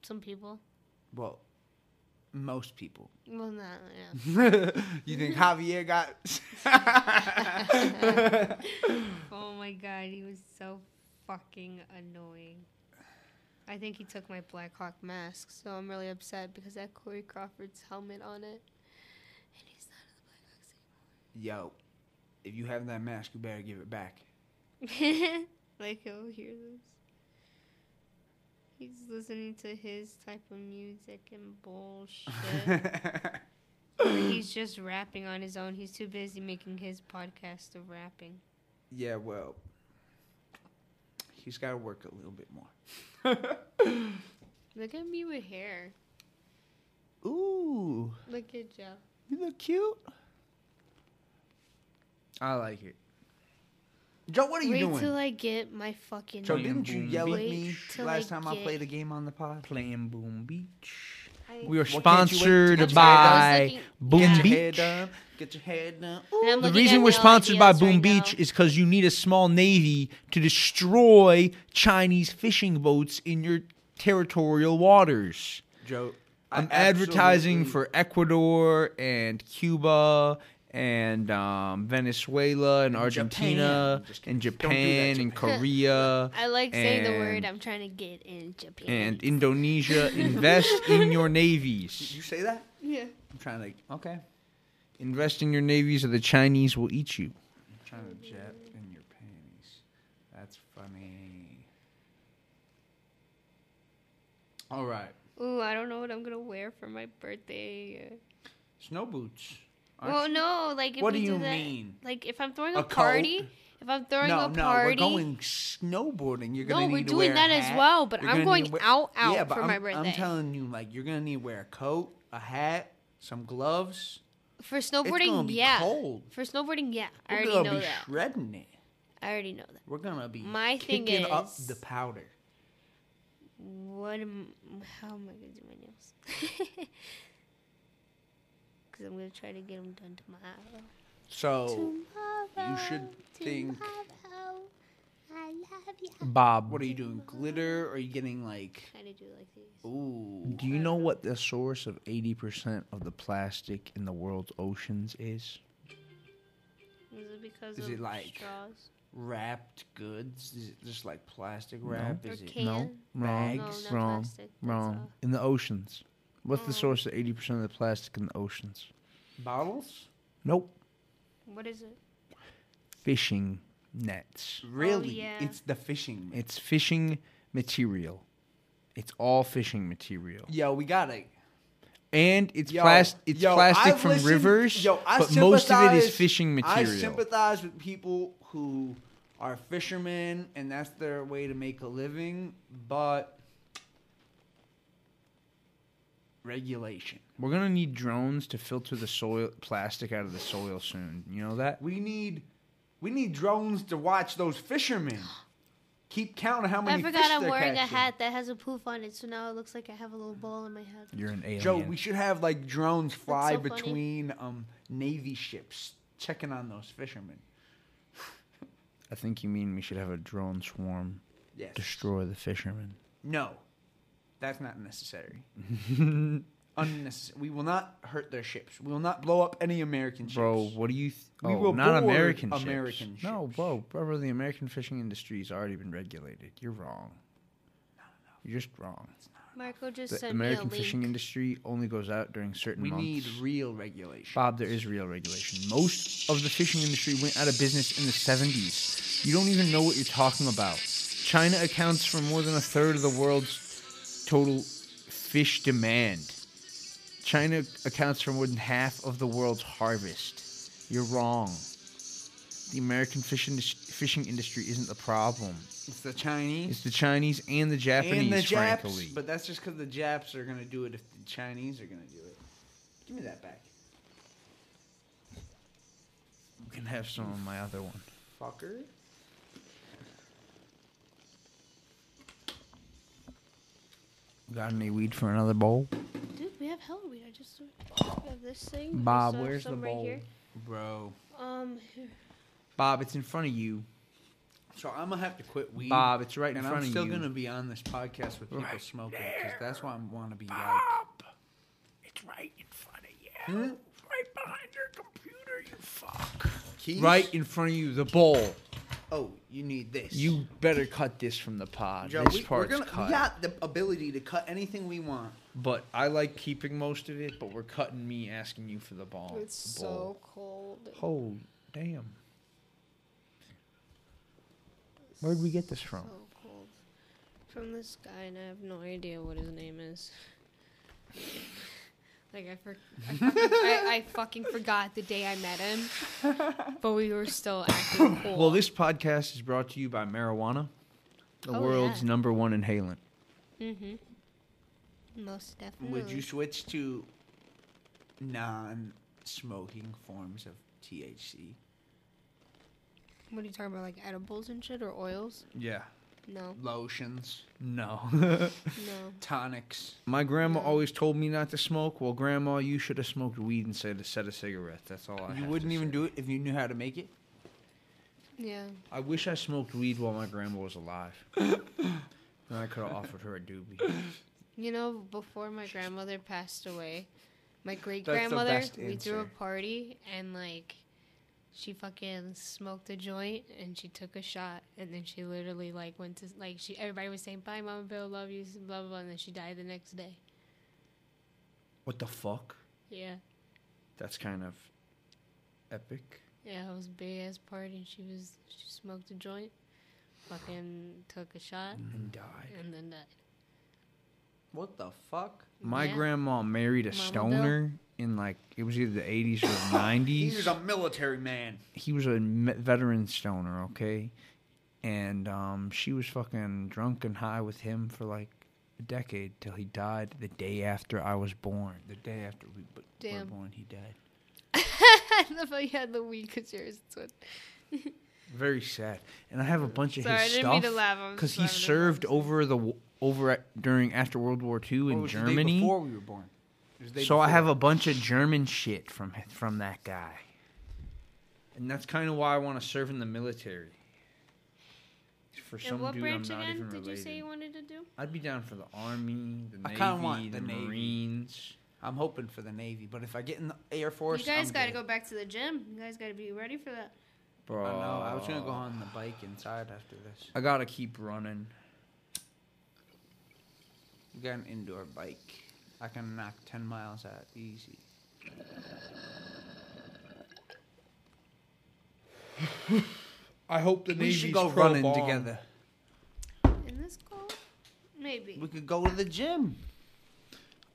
Speaker 5: some people.
Speaker 4: Well, most people.
Speaker 5: Well not yeah.
Speaker 4: you think Javier got?
Speaker 5: oh my god, he was so fucking annoying. I think he took my Black Hawk mask, so I'm really upset because I had Corey Crawford's helmet on it. And he's not in the Black Hawks
Speaker 4: Yo,
Speaker 5: anymore.
Speaker 4: if you have that mask, you better give it back.
Speaker 5: like he'll hear this. He's listening to his type of music and bullshit. Or he's just rapping on his own. He's too busy making his podcast of rapping.
Speaker 4: Yeah, well, he's got to work a little bit more.
Speaker 5: Look at me with hair.
Speaker 4: Ooh,
Speaker 5: Look at Joe.
Speaker 4: you look cute. I like it. Joe, what are you
Speaker 5: Wait
Speaker 4: doing?
Speaker 5: till I get my fucking.
Speaker 4: Joe, didn't you
Speaker 3: Boom,
Speaker 4: yell at
Speaker 5: Wait
Speaker 4: me
Speaker 5: till
Speaker 4: last
Speaker 5: I
Speaker 4: time I
Speaker 5: get-
Speaker 4: played a game on the pod?
Speaker 3: Playing Boom Beach.
Speaker 5: I-
Speaker 3: We are
Speaker 4: Well, can't you wait till
Speaker 3: sponsored
Speaker 5: That's why I was
Speaker 3: by
Speaker 5: looking-
Speaker 3: Boom
Speaker 5: Yeah.
Speaker 4: Get your hair
Speaker 3: Beach.
Speaker 4: done. Get your hair done.
Speaker 5: And I'm
Speaker 3: The
Speaker 5: looking
Speaker 3: reason
Speaker 5: at
Speaker 3: we're
Speaker 5: no
Speaker 3: sponsored by
Speaker 5: ideas
Speaker 3: Boom
Speaker 5: right
Speaker 3: Beach
Speaker 5: now.
Speaker 3: is because you need a small navy to destroy Chinese fishing boats in your territorial waters.
Speaker 4: Joe, I
Speaker 3: I'm advertising
Speaker 4: absolutely-
Speaker 3: for Ecuador and Cuba and um, Venezuela and Argentina
Speaker 4: Japan. Just kidding.
Speaker 3: and
Speaker 4: Don't do
Speaker 3: Japan,
Speaker 4: that,
Speaker 3: and Korea.
Speaker 5: I like saying the
Speaker 3: and-
Speaker 5: word I'm trying to get in Japan.
Speaker 3: And Indonesia, invest in your navies.
Speaker 4: You say that?
Speaker 5: yeah.
Speaker 4: I'm trying to. Like, okay.
Speaker 3: Invest in your navies, or the Chinese will eat you.
Speaker 4: I'm trying to jet in your panties. That's funny. All right.
Speaker 5: Ooh, I don't know what I'm gonna wear for my birthday.
Speaker 4: Snow boots.
Speaker 5: Well, no, like if
Speaker 4: What
Speaker 5: we
Speaker 4: do
Speaker 5: do
Speaker 4: you
Speaker 5: that,
Speaker 4: mean?
Speaker 5: Like if I'm throwing
Speaker 4: A
Speaker 5: a,
Speaker 4: coat?
Speaker 5: party, if I'm throwing
Speaker 4: no,
Speaker 5: a
Speaker 4: no,
Speaker 5: party,
Speaker 4: we're going snowboarding. You're gonna
Speaker 5: No,
Speaker 4: need
Speaker 5: we're
Speaker 4: to
Speaker 5: doing
Speaker 4: wear a
Speaker 5: that as
Speaker 4: hat.
Speaker 5: well, but
Speaker 4: You're
Speaker 5: I'm
Speaker 4: gonna need
Speaker 5: going
Speaker 4: to wear-
Speaker 5: out, out
Speaker 4: yeah, but
Speaker 5: for
Speaker 4: I'm,
Speaker 5: my
Speaker 4: I'm
Speaker 5: birthday.
Speaker 4: telling you, like, you're gonna need to wear a coat, a hat, some gloves.
Speaker 5: for
Speaker 4: it's gonna
Speaker 5: snowboarding,
Speaker 4: be
Speaker 5: yeah,
Speaker 4: cold.
Speaker 5: for snowboarding, yeah, I
Speaker 4: We're
Speaker 5: already
Speaker 4: gonna
Speaker 5: know
Speaker 4: be
Speaker 5: that.
Speaker 4: shredding it.
Speaker 5: I already know that.
Speaker 4: We're gonna be
Speaker 5: My thing
Speaker 4: kicking up
Speaker 5: is-
Speaker 4: the powder.
Speaker 5: What am? How am I gonna do my nails? Because I'm gonna try to get them done tomorrow.
Speaker 4: So,
Speaker 5: tomorrow
Speaker 4: you should think.
Speaker 5: Tomorrow, I love you.
Speaker 3: Bob,
Speaker 4: What are you doing? Glitter? Or are you getting like?
Speaker 5: Kind of do like these.
Speaker 4: Ooh.
Speaker 3: do you know what the source of 80% of the plastic in the world's oceans is?
Speaker 5: Is it because
Speaker 4: Is
Speaker 5: of
Speaker 4: it like-
Speaker 5: straws
Speaker 4: wrapped goods? Is it just like plastic wrap?
Speaker 5: or
Speaker 4: Is it
Speaker 5: cans?
Speaker 3: No, wrong,
Speaker 5: No,
Speaker 4: Bags?
Speaker 5: not
Speaker 3: wrong,
Speaker 5: plastic, that's
Speaker 3: wrong.
Speaker 5: all.
Speaker 3: In the oceans. What's the
Speaker 5: Oh.
Speaker 3: source of 80% of the plastic in the oceans?
Speaker 4: bottles?
Speaker 3: Nope.
Speaker 5: What is it?
Speaker 3: Fishing nets.
Speaker 4: Really?
Speaker 5: yeah.
Speaker 4: It's the fishing. net.
Speaker 3: It's fishing material. It's all fishing material.
Speaker 4: Yo, we got it.
Speaker 3: And it's
Speaker 4: Yo,
Speaker 3: plas- it's
Speaker 4: yo,
Speaker 3: plastic
Speaker 4: I've
Speaker 3: from
Speaker 4: listened-
Speaker 3: rivers,
Speaker 4: yo, I
Speaker 3: but most of it is
Speaker 4: sympathize-
Speaker 3: fishing
Speaker 4: I
Speaker 3: material.
Speaker 4: sympathize with people who are fishermen and that's their way to make a living, but regulation.
Speaker 3: We're gonna need drones to filter the soil plastic out of the soil soon. You know that?
Speaker 4: We need we need drones to watch those fishermen. Keep count of how many
Speaker 5: I
Speaker 4: fish
Speaker 5: forgot I'm
Speaker 4: they're
Speaker 5: wearing a
Speaker 4: catching.
Speaker 5: hat that has a poof on it, so now it looks like I have a little ball in my head.
Speaker 3: You're an alien.
Speaker 4: Joe, we should have like drones fly
Speaker 5: so funny.
Speaker 4: between um, navy ships checking on those fishermen.
Speaker 3: I think you mean we should have a drone swarm
Speaker 4: Yes.
Speaker 3: destroy the fishermen.
Speaker 4: No, that's not necessary. Unnecessary. We will not hurt their ships. We will not blow up any American ships.
Speaker 3: Bro, what do you? Th-
Speaker 4: We
Speaker 3: oh,
Speaker 4: will
Speaker 3: not
Speaker 4: board
Speaker 3: American ships.
Speaker 4: American
Speaker 3: No,
Speaker 4: ships.
Speaker 3: bro, bro, the American fishing industry's already been regulated. You're wrong. You're just wrong.
Speaker 5: Marco just
Speaker 3: The
Speaker 5: sent
Speaker 3: American
Speaker 5: me a link.
Speaker 3: fishing industry only goes out during certain
Speaker 4: we
Speaker 3: months.
Speaker 4: need real regulation.
Speaker 3: Bob, there is real regulation. Most of the fishing industry went out of business in the 70s. You don't even know what you're talking about. China accounts for more than a third of the world's total fish demand. China accounts for more than half of the world's harvest. You're wrong. The American fish indus- fishing industry isn't the problem.
Speaker 4: It's the Chinese
Speaker 3: It's the Chinese and the Japanese,
Speaker 4: and the Japs,
Speaker 3: frankly.
Speaker 4: but that's just because the Japs are gonna do it if the Chinese are gonna do it. Give me that back,
Speaker 3: you can have some on my other one.
Speaker 4: fucker.
Speaker 3: Got any weed for another bowl?
Speaker 5: Dude, we have hella weed. I just we have this thing. we
Speaker 3: Bob,
Speaker 5: also have
Speaker 3: where's the
Speaker 5: some right
Speaker 3: bowl?
Speaker 5: here.
Speaker 4: Bro,
Speaker 5: Um, here.
Speaker 3: Bob, it's in front of you.
Speaker 4: so I'm gonna have to quit weed.
Speaker 3: Bob, it's right in
Speaker 4: and
Speaker 3: front
Speaker 4: I'm
Speaker 3: of
Speaker 4: still
Speaker 3: you.
Speaker 4: gonna be on this podcast with people smoking because that's why I want to be
Speaker 2: It's right in front of you.
Speaker 4: like. Hmm?
Speaker 2: Right behind your computer, you fuck.
Speaker 4: Keys?
Speaker 3: Right in front of you, the bowl.
Speaker 4: Oh, you need this.
Speaker 3: You better cut this from the pod.
Speaker 4: Joe,
Speaker 3: this
Speaker 4: we, we're
Speaker 3: part's
Speaker 4: gonna,
Speaker 3: cut.
Speaker 4: we got the ability to cut anything we want.
Speaker 3: But I like keeping most of it. But we're cutting me asking you for the ball.
Speaker 5: It's
Speaker 3: the bowl.
Speaker 5: so cold.
Speaker 3: Hold, damn. Where'd we get this from?
Speaker 5: So cold. From this guy, and I have no idea what his name is. like I, for- I, fucking, I, I fucking forgot the day I met him, but we were still acting cool.
Speaker 3: Well, this podcast is brought to you by marijuana, the
Speaker 5: Oh,
Speaker 3: world's
Speaker 5: yeah.
Speaker 3: number one inhalant.
Speaker 5: mm-hmm. Most definitely.
Speaker 4: Would you
Speaker 3: Hmm.
Speaker 4: switch to non-smoking forms of THC?
Speaker 5: What are you talking about, like edibles and shit or oils?
Speaker 3: Yeah.
Speaker 5: No,
Speaker 4: Lotions,
Speaker 3: No.
Speaker 5: no.
Speaker 4: tonics.
Speaker 3: My grandma always told me not to smoke. Well, grandma, you should have smoked weed instead of set a cigarette. That's all
Speaker 4: you
Speaker 3: I. have
Speaker 4: wouldn't
Speaker 3: to
Speaker 4: even
Speaker 3: say.
Speaker 4: do it if you knew how to make it.
Speaker 5: Yeah.
Speaker 3: I wish I smoked weed while my grandma was alive. then I could have offered her a doobie.
Speaker 5: You know, before my grandmother passed away, my great
Speaker 4: That's the
Speaker 5: grandmother,
Speaker 4: best
Speaker 5: we threw a
Speaker 4: answer.
Speaker 5: party and like she fucking smoked a joint and she took a shot and then she literally like went to like she everybody was saying bye mama bill love you blah blah blah and then she died the next day
Speaker 3: What the fuck?
Speaker 5: yeah
Speaker 3: That's kind of epic.
Speaker 5: yeah it was a big ass party and she was she smoked a joint fucking took a shot
Speaker 3: And died.
Speaker 5: and then died
Speaker 4: What the fuck?
Speaker 3: My
Speaker 5: Yeah.
Speaker 3: grandma married a
Speaker 5: Mama Bill.
Speaker 3: stoner in like it was either the 80s or the 90s.
Speaker 4: He's a military man.
Speaker 3: he was a me- veteran stoner, okay, and um, she was fucking drunk and high with him for like a decade till he died the day after I was born.
Speaker 4: The day after we b- were
Speaker 5: Damn.
Speaker 4: born, he died.
Speaker 5: i love how you had the weed because yours is what
Speaker 3: Very sad. And I have a bunch of
Speaker 5: Sorry,
Speaker 3: his
Speaker 5: I didn't mean to
Speaker 3: stuff
Speaker 5: laugh. I'm
Speaker 3: because he
Speaker 5: sorry, I didn't
Speaker 3: served
Speaker 5: mean to.
Speaker 3: over the w- over at, during after World War II
Speaker 4: What
Speaker 3: in
Speaker 4: Oh, was the day
Speaker 3: Germany.
Speaker 4: before we were born. It was the day
Speaker 3: So I
Speaker 4: before.
Speaker 3: have a bunch of German shit from hi- from that guy. And that's kind of why I want to serve in the military. For some
Speaker 5: and what
Speaker 3: dude
Speaker 5: branch
Speaker 3: I'm not
Speaker 5: again
Speaker 3: even
Speaker 5: did
Speaker 3: related.
Speaker 5: you say you wanted to do
Speaker 3: I'd be down for the army, the
Speaker 4: I
Speaker 3: navy,
Speaker 4: kinda want
Speaker 3: the,
Speaker 4: the Navy.
Speaker 3: marines.
Speaker 4: I'm hoping for the Navy, but if I get in the Air Force,
Speaker 5: you guys
Speaker 4: I'm
Speaker 5: got to
Speaker 4: good.
Speaker 5: go back to the gym. You guys got to be ready for that.
Speaker 3: Bro,
Speaker 4: I know. I was gonna go
Speaker 3: Oh.
Speaker 4: on the bike inside after this.
Speaker 3: I gotta keep running.
Speaker 4: We got an indoor bike. I can knock ten miles out easy.
Speaker 3: I hope the
Speaker 4: we should go running together.
Speaker 5: In this call? Maybe.
Speaker 4: We could go to the gym.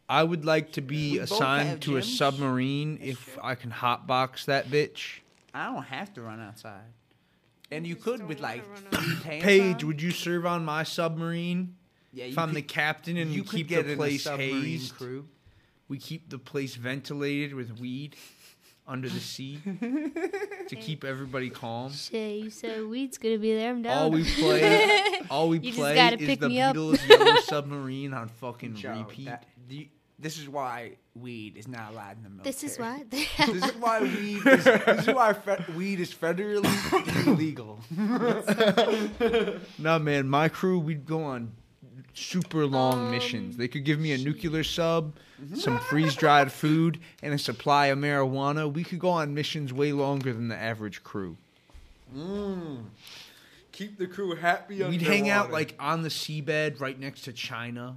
Speaker 3: I would like to be
Speaker 4: We both have
Speaker 3: assigned to a
Speaker 4: gyms.
Speaker 3: submarine if I can hotbox that bitch.
Speaker 4: I don't have to run outside. And you
Speaker 5: just
Speaker 4: could
Speaker 5: don't
Speaker 4: with
Speaker 5: wanna
Speaker 4: like
Speaker 5: run out.
Speaker 4: three pants
Speaker 3: Paige,
Speaker 4: on.
Speaker 3: would you serve on my submarine?
Speaker 4: yeah,
Speaker 3: if I'm the captain and
Speaker 4: you
Speaker 3: we
Speaker 4: could
Speaker 3: keep
Speaker 4: get in
Speaker 3: the
Speaker 4: a
Speaker 3: place
Speaker 4: submarine
Speaker 3: hazed,
Speaker 4: Crew.
Speaker 3: we keep the place ventilated with weed under the sea to keep everybody calm.
Speaker 5: Shit, you said weed's gonna be there. I'm down.
Speaker 3: All we play, all we
Speaker 5: You just
Speaker 3: play
Speaker 5: gotta
Speaker 3: is
Speaker 5: pick
Speaker 3: the
Speaker 5: me up.
Speaker 3: Beatles' Yellow Submarine on fucking
Speaker 4: Joe,
Speaker 3: repeat.
Speaker 4: that- do you- this is why weed is not allowed in the military.
Speaker 5: this is why.
Speaker 4: This is why weed is, this is why fe- weed is federally illegal.
Speaker 3: Nah, man, my crew, we'd go on super long
Speaker 5: Um,
Speaker 3: missions. They could give me a nuclear sub,
Speaker 4: Mhm.
Speaker 3: some freeze dried food, and a supply of marijuana. We could go on missions way longer than the average crew.
Speaker 4: Mm. Keep the crew happy.
Speaker 3: We'd hang out like on the seabed right next to China.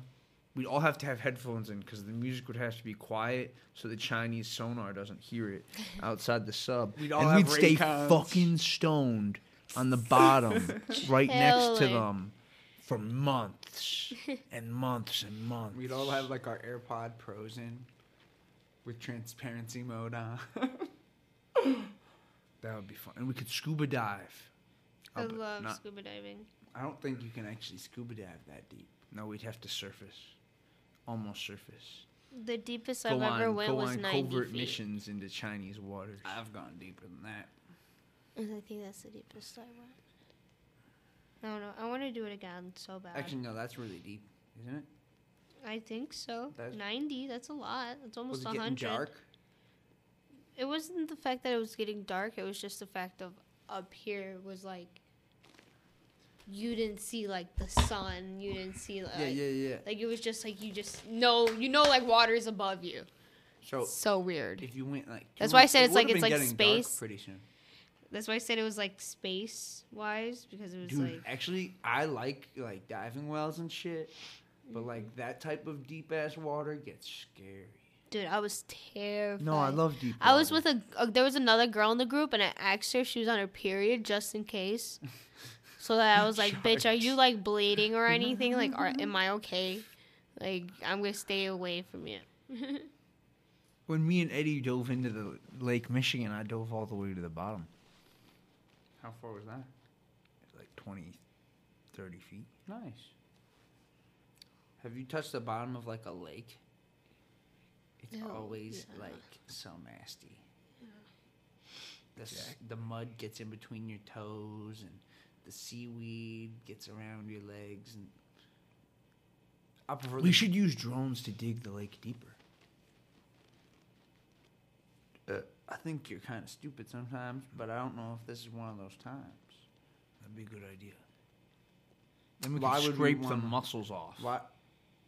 Speaker 3: We'd all have to have headphones in because the music would have to be quiet so the Chinese sonar doesn't hear it outside the sub.
Speaker 4: We'd all
Speaker 3: and
Speaker 4: have
Speaker 3: we'd stay
Speaker 4: Raycons.
Speaker 3: fucking stoned on the bottom right next to
Speaker 5: Chilling.
Speaker 3: them for months and months and months.
Speaker 4: We'd all have like our AirPod Pros in with transparency mode on.
Speaker 3: That would be fun. And we could scuba dive.
Speaker 5: I
Speaker 3: Oh, but
Speaker 5: love
Speaker 3: not-
Speaker 5: scuba diving.
Speaker 4: I don't think you can actually scuba dive that deep.
Speaker 3: No, we'd have to surface. Almost surface.
Speaker 5: The deepest
Speaker 3: go
Speaker 5: I've
Speaker 3: on,
Speaker 5: ever went
Speaker 3: go
Speaker 5: was
Speaker 3: on
Speaker 5: 90
Speaker 3: covert
Speaker 5: feet.
Speaker 3: missions into Chinese waters.
Speaker 4: I've gone deeper than that.
Speaker 5: And I think that's the deepest I went. I don't know. I want to do it again so bad.
Speaker 4: Actually, no, that's really deep, isn't it?
Speaker 5: I think so.
Speaker 4: That's-
Speaker 5: 90. That's a lot.
Speaker 4: Was
Speaker 5: That's almost
Speaker 4: it
Speaker 5: a
Speaker 4: getting
Speaker 5: 100.
Speaker 4: dark?
Speaker 5: It wasn't the fact that it was getting dark. It was just the fact of up here was like you didn't see like the sun. You didn't see like
Speaker 4: Yeah, yeah, yeah.
Speaker 5: like it was just like you just know you know like water is above you.
Speaker 4: So
Speaker 5: So weird.
Speaker 4: if you went like,
Speaker 5: That's why I
Speaker 4: two-
Speaker 5: said
Speaker 4: it
Speaker 5: it's like-
Speaker 4: would've
Speaker 5: it's
Speaker 4: been
Speaker 5: like
Speaker 4: getting dark
Speaker 5: space.
Speaker 4: Pretty soon,
Speaker 5: That's why I said it was like space wise because it was
Speaker 4: dude.
Speaker 5: like
Speaker 4: actually, I like like diving wells and shit, but like that type of deep ass water gets scary.
Speaker 5: dude, I was terrified.
Speaker 3: No, I love deep.
Speaker 5: I was
Speaker 3: water.
Speaker 5: with a, a there was another girl in the group and I asked her if she was on her period just in case. So that I was like, "Bitch, are you like bleeding or anything? Like, are am I okay? Like, I'm gonna stay away from you."
Speaker 3: when me and Eddie dove into the Lake Michigan. I dove all the way to the bottom,
Speaker 4: How far was that?
Speaker 3: like 20, 30 feet.
Speaker 4: Nice. Have you touched the bottom of like a lake? It's
Speaker 5: No,
Speaker 4: always
Speaker 5: yeah.
Speaker 4: like so nasty. The, s- the mud gets in between your toes and the seaweed gets around your legs and I prefer
Speaker 3: We
Speaker 4: the-
Speaker 3: should use drones to dig the lake deeper.
Speaker 4: uh, I think you're kind of stupid sometimes, but I don't know if this is one of those times.
Speaker 3: That'd be a good idea. Then we
Speaker 4: Why
Speaker 3: could
Speaker 4: would we
Speaker 3: scrape the
Speaker 4: wanna-
Speaker 3: muscles off.
Speaker 4: Why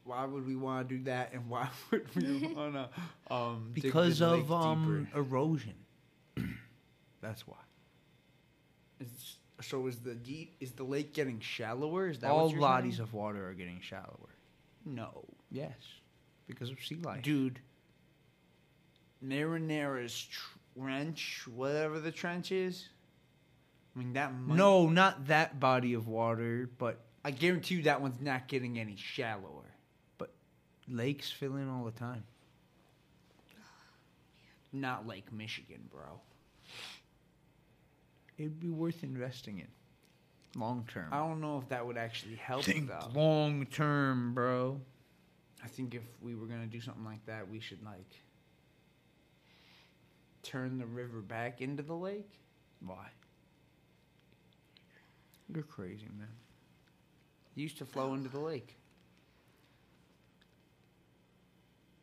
Speaker 4: why would we want to do that and why would we want to um dig
Speaker 3: Because
Speaker 4: the lake
Speaker 3: of um,
Speaker 4: deeper?
Speaker 3: erosion. That's why.
Speaker 4: Is, so is the deep is the lake getting shallower? Is that
Speaker 3: All
Speaker 4: what you're
Speaker 3: bodies
Speaker 4: saying?
Speaker 3: of water are getting shallower.
Speaker 4: no,
Speaker 3: Yes, because of sea life.
Speaker 4: dude. Marinara's trench, whatever the trench is. I mean that. Might,
Speaker 3: no, not that body of water, but
Speaker 4: I guarantee you that one's not getting any shallower.
Speaker 3: lakes fill in all the time.
Speaker 4: Not Lake Michigan, bro.
Speaker 3: It'd be worth investing in, long term.
Speaker 4: I don't know if that would actually help
Speaker 3: think
Speaker 4: though.
Speaker 3: long term, bro.
Speaker 4: I think if we were gonna do something like that, we should like turn the river back into the lake.
Speaker 3: Why? You're crazy, man.
Speaker 4: It used to flow into the lake.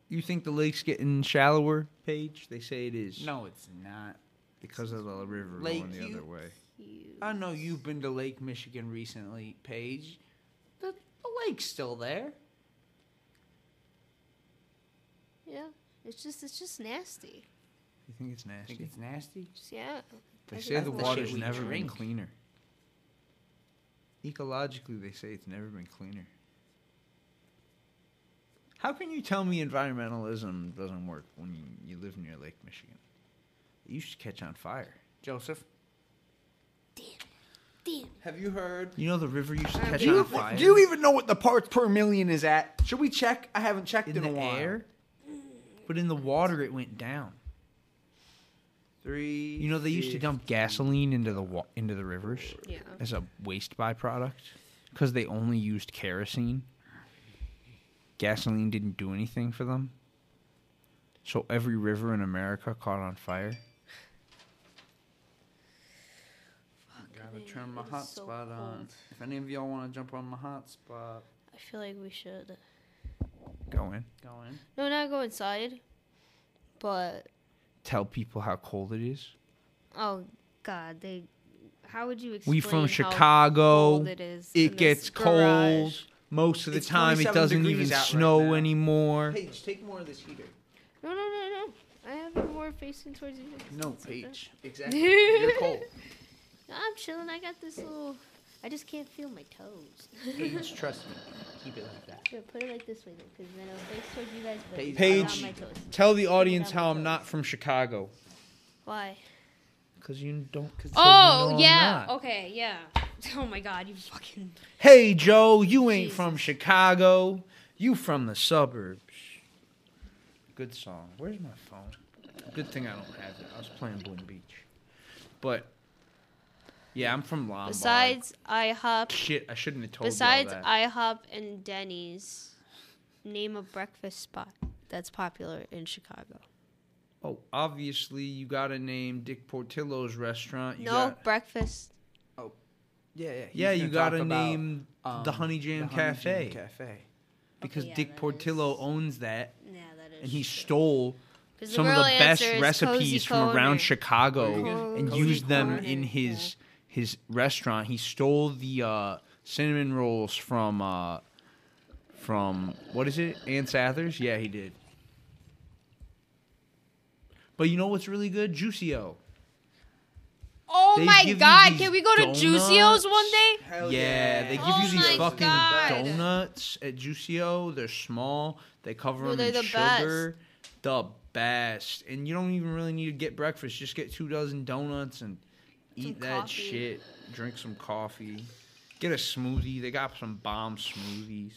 Speaker 3: You think the lake's getting shallower, Paige? They say it is.
Speaker 4: No, it's not.
Speaker 3: because of the river
Speaker 4: Lake,
Speaker 3: going the
Speaker 4: you-
Speaker 3: other way.
Speaker 4: I know you've been to Lake Michigan recently, Paige. The, the lake's still there.
Speaker 5: Yeah, it's just it's just nasty.
Speaker 3: You think it's
Speaker 4: I think
Speaker 3: nasty?
Speaker 4: it's nasty.
Speaker 5: Just, yeah.
Speaker 3: They
Speaker 5: I
Speaker 3: say
Speaker 5: think
Speaker 3: the
Speaker 4: that's the
Speaker 3: water's
Speaker 4: shit we
Speaker 3: never been
Speaker 4: drink.
Speaker 3: cleaner. Ecologically, they say it's never been cleaner. How can you tell me environmentalism doesn't work when you, you live near Lake Michigan? It used to catch on fire.
Speaker 4: Joseph,
Speaker 5: Damn.
Speaker 4: have you heard?
Speaker 3: You know the river used to
Speaker 5: Uh,
Speaker 3: catch
Speaker 5: do you-
Speaker 3: on fire
Speaker 4: Do you even know what the parts per million is at? Should we check? I haven't checked
Speaker 3: in
Speaker 4: in, a
Speaker 3: the
Speaker 4: while.
Speaker 3: air, but in the water it went down.
Speaker 4: Three.
Speaker 3: You know they used to dump gasoline into the wa- into the rivers
Speaker 5: Yeah.
Speaker 3: as a waste byproduct because they only used kerosene. Gasoline didn't do anything for them, so every river in America caught on fire.
Speaker 4: Gotta
Speaker 5: Man,
Speaker 4: turn my
Speaker 5: it is
Speaker 4: hot
Speaker 5: so
Speaker 4: spot on.
Speaker 5: cold.
Speaker 4: If any of y'all want to jump on my hot spot,
Speaker 5: I feel like we should.
Speaker 3: Go in,
Speaker 4: go in.
Speaker 5: No, not go inside. But
Speaker 3: tell people how cold it is.
Speaker 5: oh god, they. How would you explain?
Speaker 3: We from
Speaker 5: how
Speaker 3: Chicago.
Speaker 5: cold it is. in
Speaker 3: It
Speaker 5: this
Speaker 3: gets
Speaker 5: garage?
Speaker 3: cold most of the
Speaker 4: It's
Speaker 3: time. It
Speaker 4: 27
Speaker 3: doesn't even
Speaker 4: degrees out right
Speaker 3: snow
Speaker 4: now.
Speaker 3: anymore.
Speaker 4: Paige, take more of this heater.
Speaker 5: No, no, no, no. I have it more facing towards you.
Speaker 4: No,
Speaker 5: It's like that.
Speaker 4: Paige. Exactly. You're cold.
Speaker 5: No, I'm chilling. I got this little. I just can't feel my toes.
Speaker 4: Paige, trust me. Keep it like that.
Speaker 5: Here, put it like this way, though, because then it'll face towards you guys. But
Speaker 4: Paige.
Speaker 5: it's
Speaker 3: Paige,
Speaker 5: not on my toes.
Speaker 3: tell the audience how I'm not from Chicago.
Speaker 5: Why?
Speaker 3: Because you don't. Cause
Speaker 5: Oh
Speaker 3: you know I'm
Speaker 5: yeah.
Speaker 3: not.
Speaker 5: Okay. Yeah. Oh my God. You fucking.
Speaker 3: Hey Joe, you ain't
Speaker 5: Jesus.
Speaker 3: from Chicago. You from the suburbs. Good song. Where's my phone? Good thing I don't have it. I was playing Bloom Beach. But yeah, I'm from Lombard.
Speaker 5: Besides IHOP,
Speaker 3: shit, I shouldn't have told
Speaker 5: besides
Speaker 3: you all that.
Speaker 5: IHOP and Denny's, name a breakfast spot that's popular in Chicago.
Speaker 3: oh, obviously you got to name Dick Portillo's restaurant. You
Speaker 5: no
Speaker 3: Got,
Speaker 5: breakfast.
Speaker 4: Yeah, yeah.
Speaker 3: yeah,
Speaker 4: he's
Speaker 3: you
Speaker 4: gonna
Speaker 3: got to
Speaker 4: talk about,
Speaker 3: name
Speaker 4: um,
Speaker 3: the Honey Jam Cafe
Speaker 4: Cafe.
Speaker 3: because
Speaker 5: Okay, yeah, that
Speaker 3: Dick
Speaker 5: is-
Speaker 3: Portillo owns that,
Speaker 5: Yeah, that is.
Speaker 3: and he
Speaker 5: true.
Speaker 3: stole
Speaker 5: 'Cause
Speaker 3: some of the
Speaker 5: real
Speaker 3: best
Speaker 5: answer is
Speaker 3: recipes
Speaker 5: Cozy
Speaker 3: from
Speaker 5: Corner.
Speaker 3: around Chicago
Speaker 5: Cozy
Speaker 3: and
Speaker 5: Corner.
Speaker 3: used them in
Speaker 5: Yeah.
Speaker 3: his his restaurant. He stole the uh, cinnamon rolls from uh, from what is it? Ann Sather's? Yeah, he did. But you know what's really good? Juicio.
Speaker 5: Oh
Speaker 3: They give
Speaker 5: my
Speaker 3: you
Speaker 5: God!
Speaker 3: these
Speaker 5: Can we go to
Speaker 3: donuts.
Speaker 5: Juicio's one day?
Speaker 4: Hell
Speaker 3: yeah, they give
Speaker 5: Oh
Speaker 3: you
Speaker 5: my
Speaker 3: these fucking
Speaker 5: God.
Speaker 3: donuts at Juicio. They're small. They cover
Speaker 5: No,
Speaker 3: them in
Speaker 5: they're the
Speaker 3: sugar. The best, and you don't even really need to get breakfast. Just get two dozen donuts and eat that
Speaker 5: coffee.
Speaker 3: shit. Drink some coffee. Get a smoothie. They got some bomb smoothies.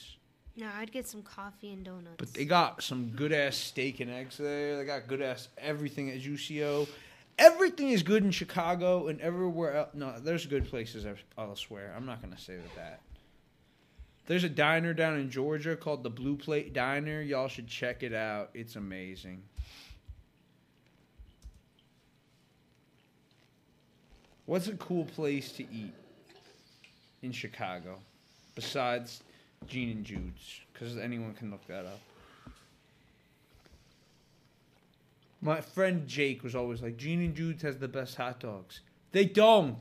Speaker 5: No, I'd get some coffee and donuts.
Speaker 3: But they got some good ass steak and eggs there. They got good ass everything at Juicio. Everything is good in Chicago and everywhere else. No, there's good places else- elsewhere. I'm not gonna say that that. There's a diner down in Georgia called the Blue Plate Diner. Y'all should check it out. It's amazing. What's a cool place to eat in Chicago besides Gene and Jude's? Because anyone can look that up. My friend Jake was always like, Gene and Jude's has the best hot dogs. They don't.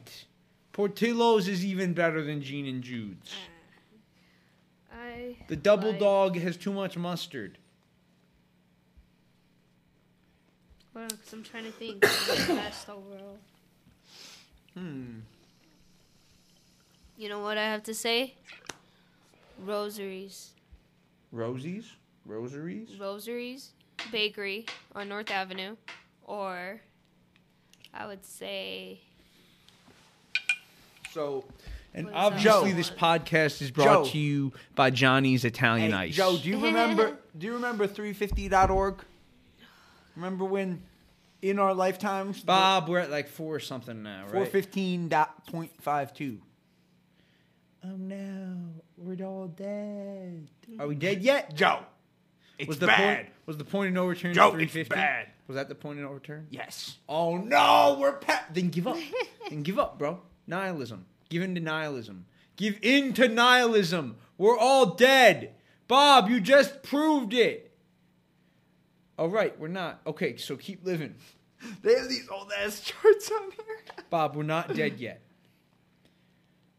Speaker 3: Portillo's is even better than Gene and Jude's.
Speaker 5: I
Speaker 3: The double
Speaker 5: like-
Speaker 3: dog has too much mustard.
Speaker 5: Well, because I'm trying to think. the best overall.
Speaker 4: Hmm.
Speaker 5: You know what I have to say? Rosaries.
Speaker 3: Rosie's? Rosaries?
Speaker 5: Rosaries Bakery on North Avenue, or I would say
Speaker 4: So,
Speaker 3: And
Speaker 5: What is that?
Speaker 3: obviously,
Speaker 5: Joe.
Speaker 3: this podcast is brought
Speaker 4: Joe.
Speaker 3: to you by Johnny's Italian
Speaker 4: hey,
Speaker 3: Ice.
Speaker 4: Joe, do you remember? Do you remember 350.org? Remember when, in our lifetimes, the
Speaker 3: Bob, we're at like four something now, right?
Speaker 4: 415.52.
Speaker 3: Oh no, we're all dead. Are we dead yet?
Speaker 4: Joe, it's
Speaker 3: was the
Speaker 4: bad.
Speaker 3: point was the point of no return
Speaker 4: Joe, it's
Speaker 3: 350?
Speaker 4: bad.
Speaker 3: Was that the point of no return?
Speaker 4: Yes.
Speaker 3: Oh no, we're pa- then give up. then give up, bro. Nihilism. Give in to nihilism. Give in to nihilism. We're all dead. Bob, you just proved it. All right, we're not. Okay, so keep living.
Speaker 4: They have these old ass charts on here.
Speaker 3: Bob, we're not dead yet.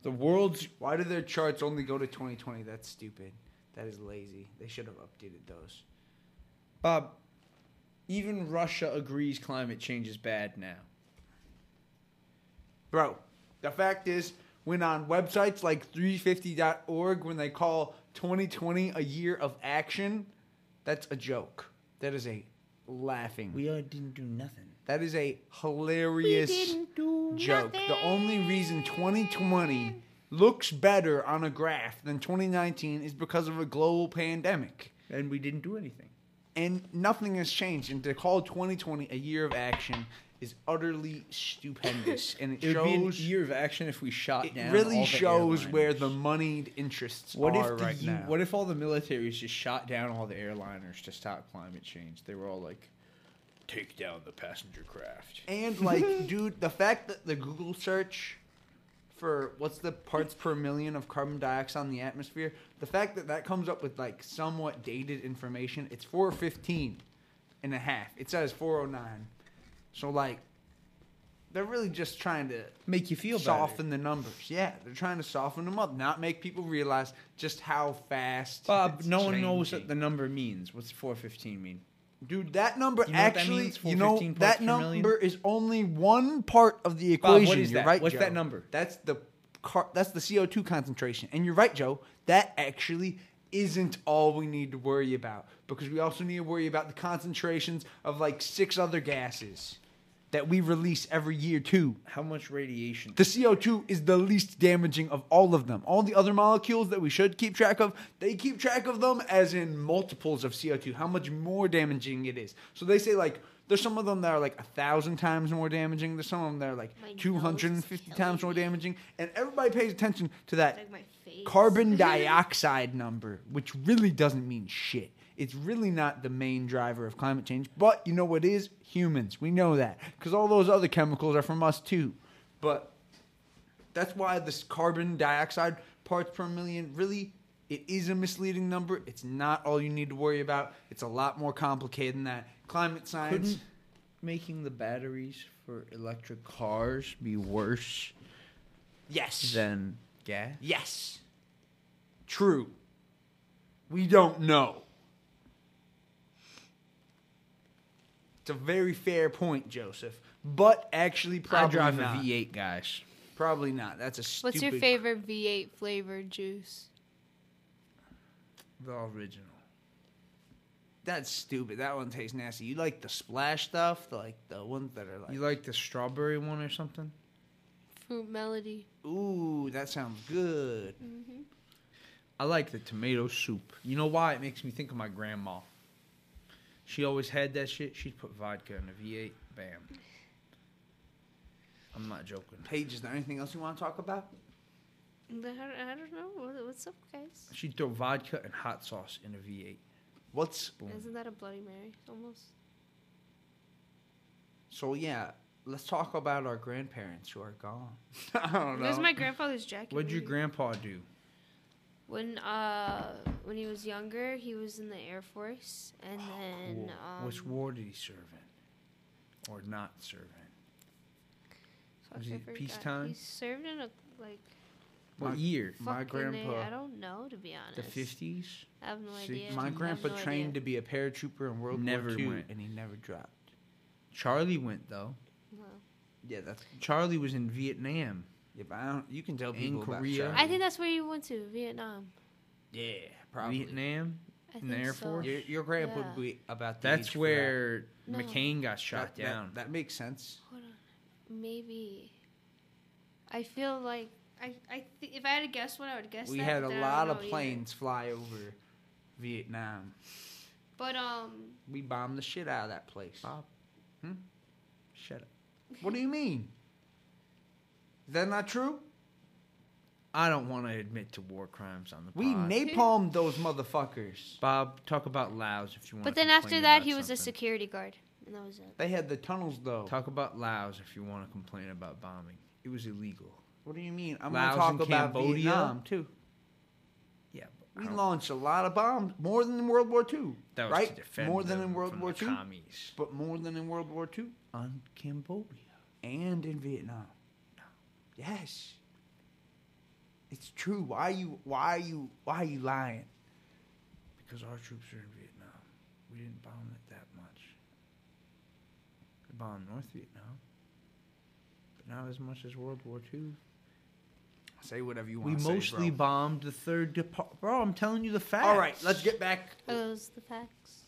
Speaker 3: The world's
Speaker 4: Why do their charts only go to 2020? That's stupid. That is lazy. They should have updated those.
Speaker 3: Bob, even Russia agrees climate change is bad now.
Speaker 4: Bro, the fact is, when on websites like 350.org, when they call 2020 a year of action, that's a joke. That is a laughing.
Speaker 3: all didn't do nothing.
Speaker 4: that is a hilarious
Speaker 3: do
Speaker 4: joke. The only reason 2020 looks better on a graph than 2019 is because of a global pandemic.
Speaker 3: And we didn't do anything.
Speaker 4: And nothing has changed. And to call 2020 a year of action
Speaker 3: is utterly stupendous, and it,
Speaker 4: It would be an
Speaker 3: shows year of action if we shot
Speaker 4: It really shows where the moneyed interests
Speaker 3: what
Speaker 4: are
Speaker 3: if the
Speaker 4: right
Speaker 3: U-
Speaker 4: now.
Speaker 3: what if all the militaries just shot down all the airliners to stop climate change? They were all like, take down the passenger craft.
Speaker 4: and like, dude, the fact that the Google search for what's the parts per million of carbon dioxide in the atmosphere, the fact that that comes up with like somewhat dated information, it's 415 and a half. It says 409. So like, they're really just trying to
Speaker 3: Make you feel
Speaker 4: soften the numbers. Yeah, they're trying to soften them up, not make people realize just how fast.
Speaker 3: Bob,
Speaker 4: it's
Speaker 3: no one knows
Speaker 4: changing.
Speaker 3: what the number means. What's 415 mean?
Speaker 4: Dude, that number
Speaker 3: You know what that
Speaker 4: actually,
Speaker 3: means?
Speaker 4: you know,
Speaker 3: 415 parts
Speaker 4: that
Speaker 3: per
Speaker 4: number
Speaker 3: million?
Speaker 4: is only one part of the
Speaker 3: Bob, what
Speaker 4: equation.
Speaker 3: is
Speaker 4: you're
Speaker 3: that?
Speaker 4: right.
Speaker 3: What's
Speaker 4: Joe.
Speaker 3: that number?
Speaker 4: That's the car. That's the CO two concentration. And you're right, Joe. That actually isn't all we need to worry about because we also need to worry about the concentrations of like six other gases that we release every year too.
Speaker 3: How much radiation?
Speaker 4: The CO2 is the least damaging of all of them. All the other molecules that we should keep track of, they keep track of them as in multiples of CO2, how much more damaging it is. So they say, like, there's some of them that are like a thousand times more damaging, there's some of them that are like
Speaker 5: My nose is
Speaker 4: 250 times more
Speaker 5: killing me.
Speaker 4: damaging, and everybody pays attention to that
Speaker 5: Like my face.
Speaker 4: carbon dioxide number, which really doesn't mean shit. It's really not the main driver of climate change, but you know what is? Humans. We know that because all those other chemicals are from us too. But that's why this carbon dioxide parts per million really it is a misleading number. It's not all you need to worry about. It's a lot more complicated than that. Climate science.
Speaker 3: Couldn't making the batteries for electric cars be worse
Speaker 4: yes.
Speaker 3: than gas?
Speaker 4: Yes. True. We don't know. It's a very fair point, Joseph. But actually,
Speaker 3: I
Speaker 4: probably
Speaker 3: drive
Speaker 4: not.
Speaker 3: a V8, guys.
Speaker 4: Probably not. That's a stupid.
Speaker 5: What's your favorite V8 flavored juice?
Speaker 3: The original.
Speaker 4: That's stupid. That one tastes nasty. You like the splash stuff, the, like the ones that are like,
Speaker 3: You like the strawberry one or something?
Speaker 5: Fruit Melody.
Speaker 4: ooh, that sounds good.
Speaker 3: I like the tomato soup. You know why? It makes me think of my grandma. She always had that shit. She'd put vodka in a V8. Bam. I'm not joking.
Speaker 4: Paige, is there anything else you want to talk about?
Speaker 5: I don't, I don't know. What- What's up, guys?
Speaker 3: She'd throw vodka and hot sauce in a V8.
Speaker 4: What's
Speaker 5: Isn't that a Bloody Mary? Almost.
Speaker 4: so? Yeah, let's talk about our grandparents who are gone. I don't know.
Speaker 5: Where's my grandfather's jacket?
Speaker 3: What'd your
Speaker 5: Where-
Speaker 3: grandpa do?
Speaker 5: When uh when he was younger, he was in the Air Force, and then um,
Speaker 3: Which war did he serve in? Or not serve in?
Speaker 5: fuck,
Speaker 3: was
Speaker 5: I
Speaker 3: he
Speaker 5: forgot.
Speaker 3: peacetime?
Speaker 5: He served in a like
Speaker 3: What
Speaker 4: My-
Speaker 3: year?
Speaker 4: My
Speaker 5: fucking A-
Speaker 4: grandpa-
Speaker 5: I don't know to be honest.
Speaker 3: The 50s?
Speaker 5: I have no
Speaker 3: See,
Speaker 5: idea. I
Speaker 4: My
Speaker 5: have
Speaker 4: grandpa
Speaker 5: no
Speaker 4: trained to
Speaker 5: idea.
Speaker 4: be a paratrooper in World
Speaker 3: Never
Speaker 4: War II,
Speaker 3: went.
Speaker 4: and he never dropped.
Speaker 3: Charlie went, though.
Speaker 5: Wow.
Speaker 4: Yeah, that's
Speaker 3: Charlie was in Vietnam.
Speaker 4: yeah. But I don't, you can tell
Speaker 3: In
Speaker 4: people about
Speaker 3: Korea.
Speaker 4: Charlie.
Speaker 5: I think that's where you went to Vietnam.
Speaker 4: yeah, probably.
Speaker 3: Vietnam?
Speaker 5: I
Speaker 3: In the
Speaker 5: think
Speaker 3: Air
Speaker 5: so.
Speaker 3: Force?
Speaker 4: Your, your grandpa
Speaker 5: Yeah.
Speaker 4: would be about. The age
Speaker 3: That's
Speaker 4: for
Speaker 3: where
Speaker 5: No.
Speaker 3: McCain got
Speaker 4: that.
Speaker 3: shot
Speaker 4: That- that-
Speaker 3: down.
Speaker 4: That, makes sense.
Speaker 5: Hold on, maybe. I feel like I I th- if I had to guess one, I would guess.
Speaker 4: we
Speaker 5: that,
Speaker 4: had
Speaker 5: but
Speaker 4: a
Speaker 5: then I
Speaker 4: lot
Speaker 5: don't
Speaker 4: of
Speaker 5: know either.
Speaker 4: planes fly over Vietnam.
Speaker 5: But um,
Speaker 4: We bombed the shit out of that place. Hmm?
Speaker 3: Bob. Shut up.
Speaker 4: What do you mean? Is that not true?
Speaker 3: I don't want to admit to war crimes on the
Speaker 4: We
Speaker 3: pod.
Speaker 4: napalmed those motherfuckers.
Speaker 3: Bob, talk about Laos if you want.
Speaker 5: but then after that, he was a security guard, and that was it.
Speaker 4: They had the tunnels though.
Speaker 3: Talk about Laos if you want to complain about bombing. It was illegal.
Speaker 4: What do you mean? I'm
Speaker 3: Laos
Speaker 4: gonna
Speaker 3: and
Speaker 4: talk about
Speaker 3: Cambodia?
Speaker 4: Vietnam too.
Speaker 3: Yeah, but
Speaker 4: We
Speaker 3: I don't-
Speaker 4: launched a lot of bombs, more than in World War II,
Speaker 3: that was
Speaker 4: right?
Speaker 3: to defend
Speaker 4: more than
Speaker 3: them
Speaker 4: in World
Speaker 3: from
Speaker 4: War
Speaker 3: the
Speaker 4: II,
Speaker 3: Commies.
Speaker 4: but more than in World War II on Cambodia and in Vietnam. Yes, it's true. Why you? Why you? Why you lying?
Speaker 3: Because our troops are in Vietnam. We didn't bomb it that much. We bombed North Vietnam, but not as much as World War II.
Speaker 4: Say whatever you
Speaker 3: We
Speaker 4: want.
Speaker 3: mostly bombed the third department. Bro, I'm telling you the facts.
Speaker 4: All right, let's get back.
Speaker 5: Are those the facts?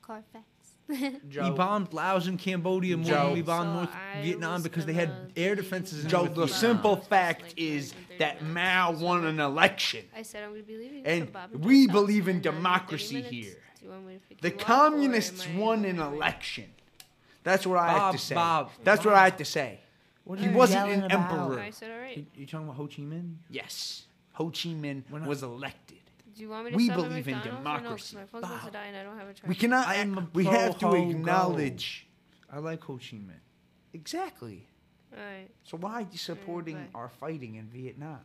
Speaker 5: Car facts.
Speaker 4: Joe,
Speaker 3: We bombed Laos and Cambodia more than
Speaker 4: Joe.
Speaker 3: we bombed
Speaker 5: So
Speaker 3: North
Speaker 5: I
Speaker 3: Vietnam
Speaker 5: was
Speaker 3: because they had
Speaker 5: gonna
Speaker 3: air
Speaker 5: be-
Speaker 3: defenses in
Speaker 4: Joe,
Speaker 3: North
Speaker 4: the
Speaker 3: Vietnam.
Speaker 4: simple
Speaker 5: It's
Speaker 4: fact
Speaker 5: like
Speaker 4: is
Speaker 5: 30
Speaker 4: that
Speaker 5: minutes.
Speaker 4: Mao won an election.
Speaker 5: I said I'm gonna be leaving.
Speaker 4: And
Speaker 5: for Bob and
Speaker 4: we
Speaker 5: Joe's house
Speaker 4: believe in
Speaker 5: an hour and 30
Speaker 4: democracy
Speaker 5: minutes.
Speaker 4: here.
Speaker 5: Do you want me to pick
Speaker 4: The
Speaker 5: you up, or
Speaker 4: communists
Speaker 5: am I-
Speaker 4: won an
Speaker 5: am I-
Speaker 4: election.
Speaker 3: That's what I have
Speaker 6: Bob,
Speaker 3: to say.
Speaker 6: Bob,
Speaker 3: That's what I have to say.
Speaker 6: What
Speaker 3: he
Speaker 6: are you
Speaker 3: wasn't an
Speaker 6: yelling about?
Speaker 3: emperor.
Speaker 5: I said, all right.
Speaker 3: You talking about Ho Chi Minh? Yes, Ho Chi Minh
Speaker 6: We're not-
Speaker 3: was elected.
Speaker 5: Do you want me to
Speaker 3: We
Speaker 5: sell the
Speaker 3: believe in
Speaker 5: McDonald's? or no? 'Cause
Speaker 3: democracy.
Speaker 5: my phone's about
Speaker 3: Bow.
Speaker 5: to die and I don't have a charger.
Speaker 3: We cannot.
Speaker 6: I am a
Speaker 3: we have to
Speaker 6: pro-Ho Go.
Speaker 3: acknowledge.
Speaker 6: I like Ho Chi Minh.
Speaker 3: Exactly.
Speaker 5: All right.
Speaker 3: So why are you supporting
Speaker 5: but-
Speaker 3: our fighting in Vietnam?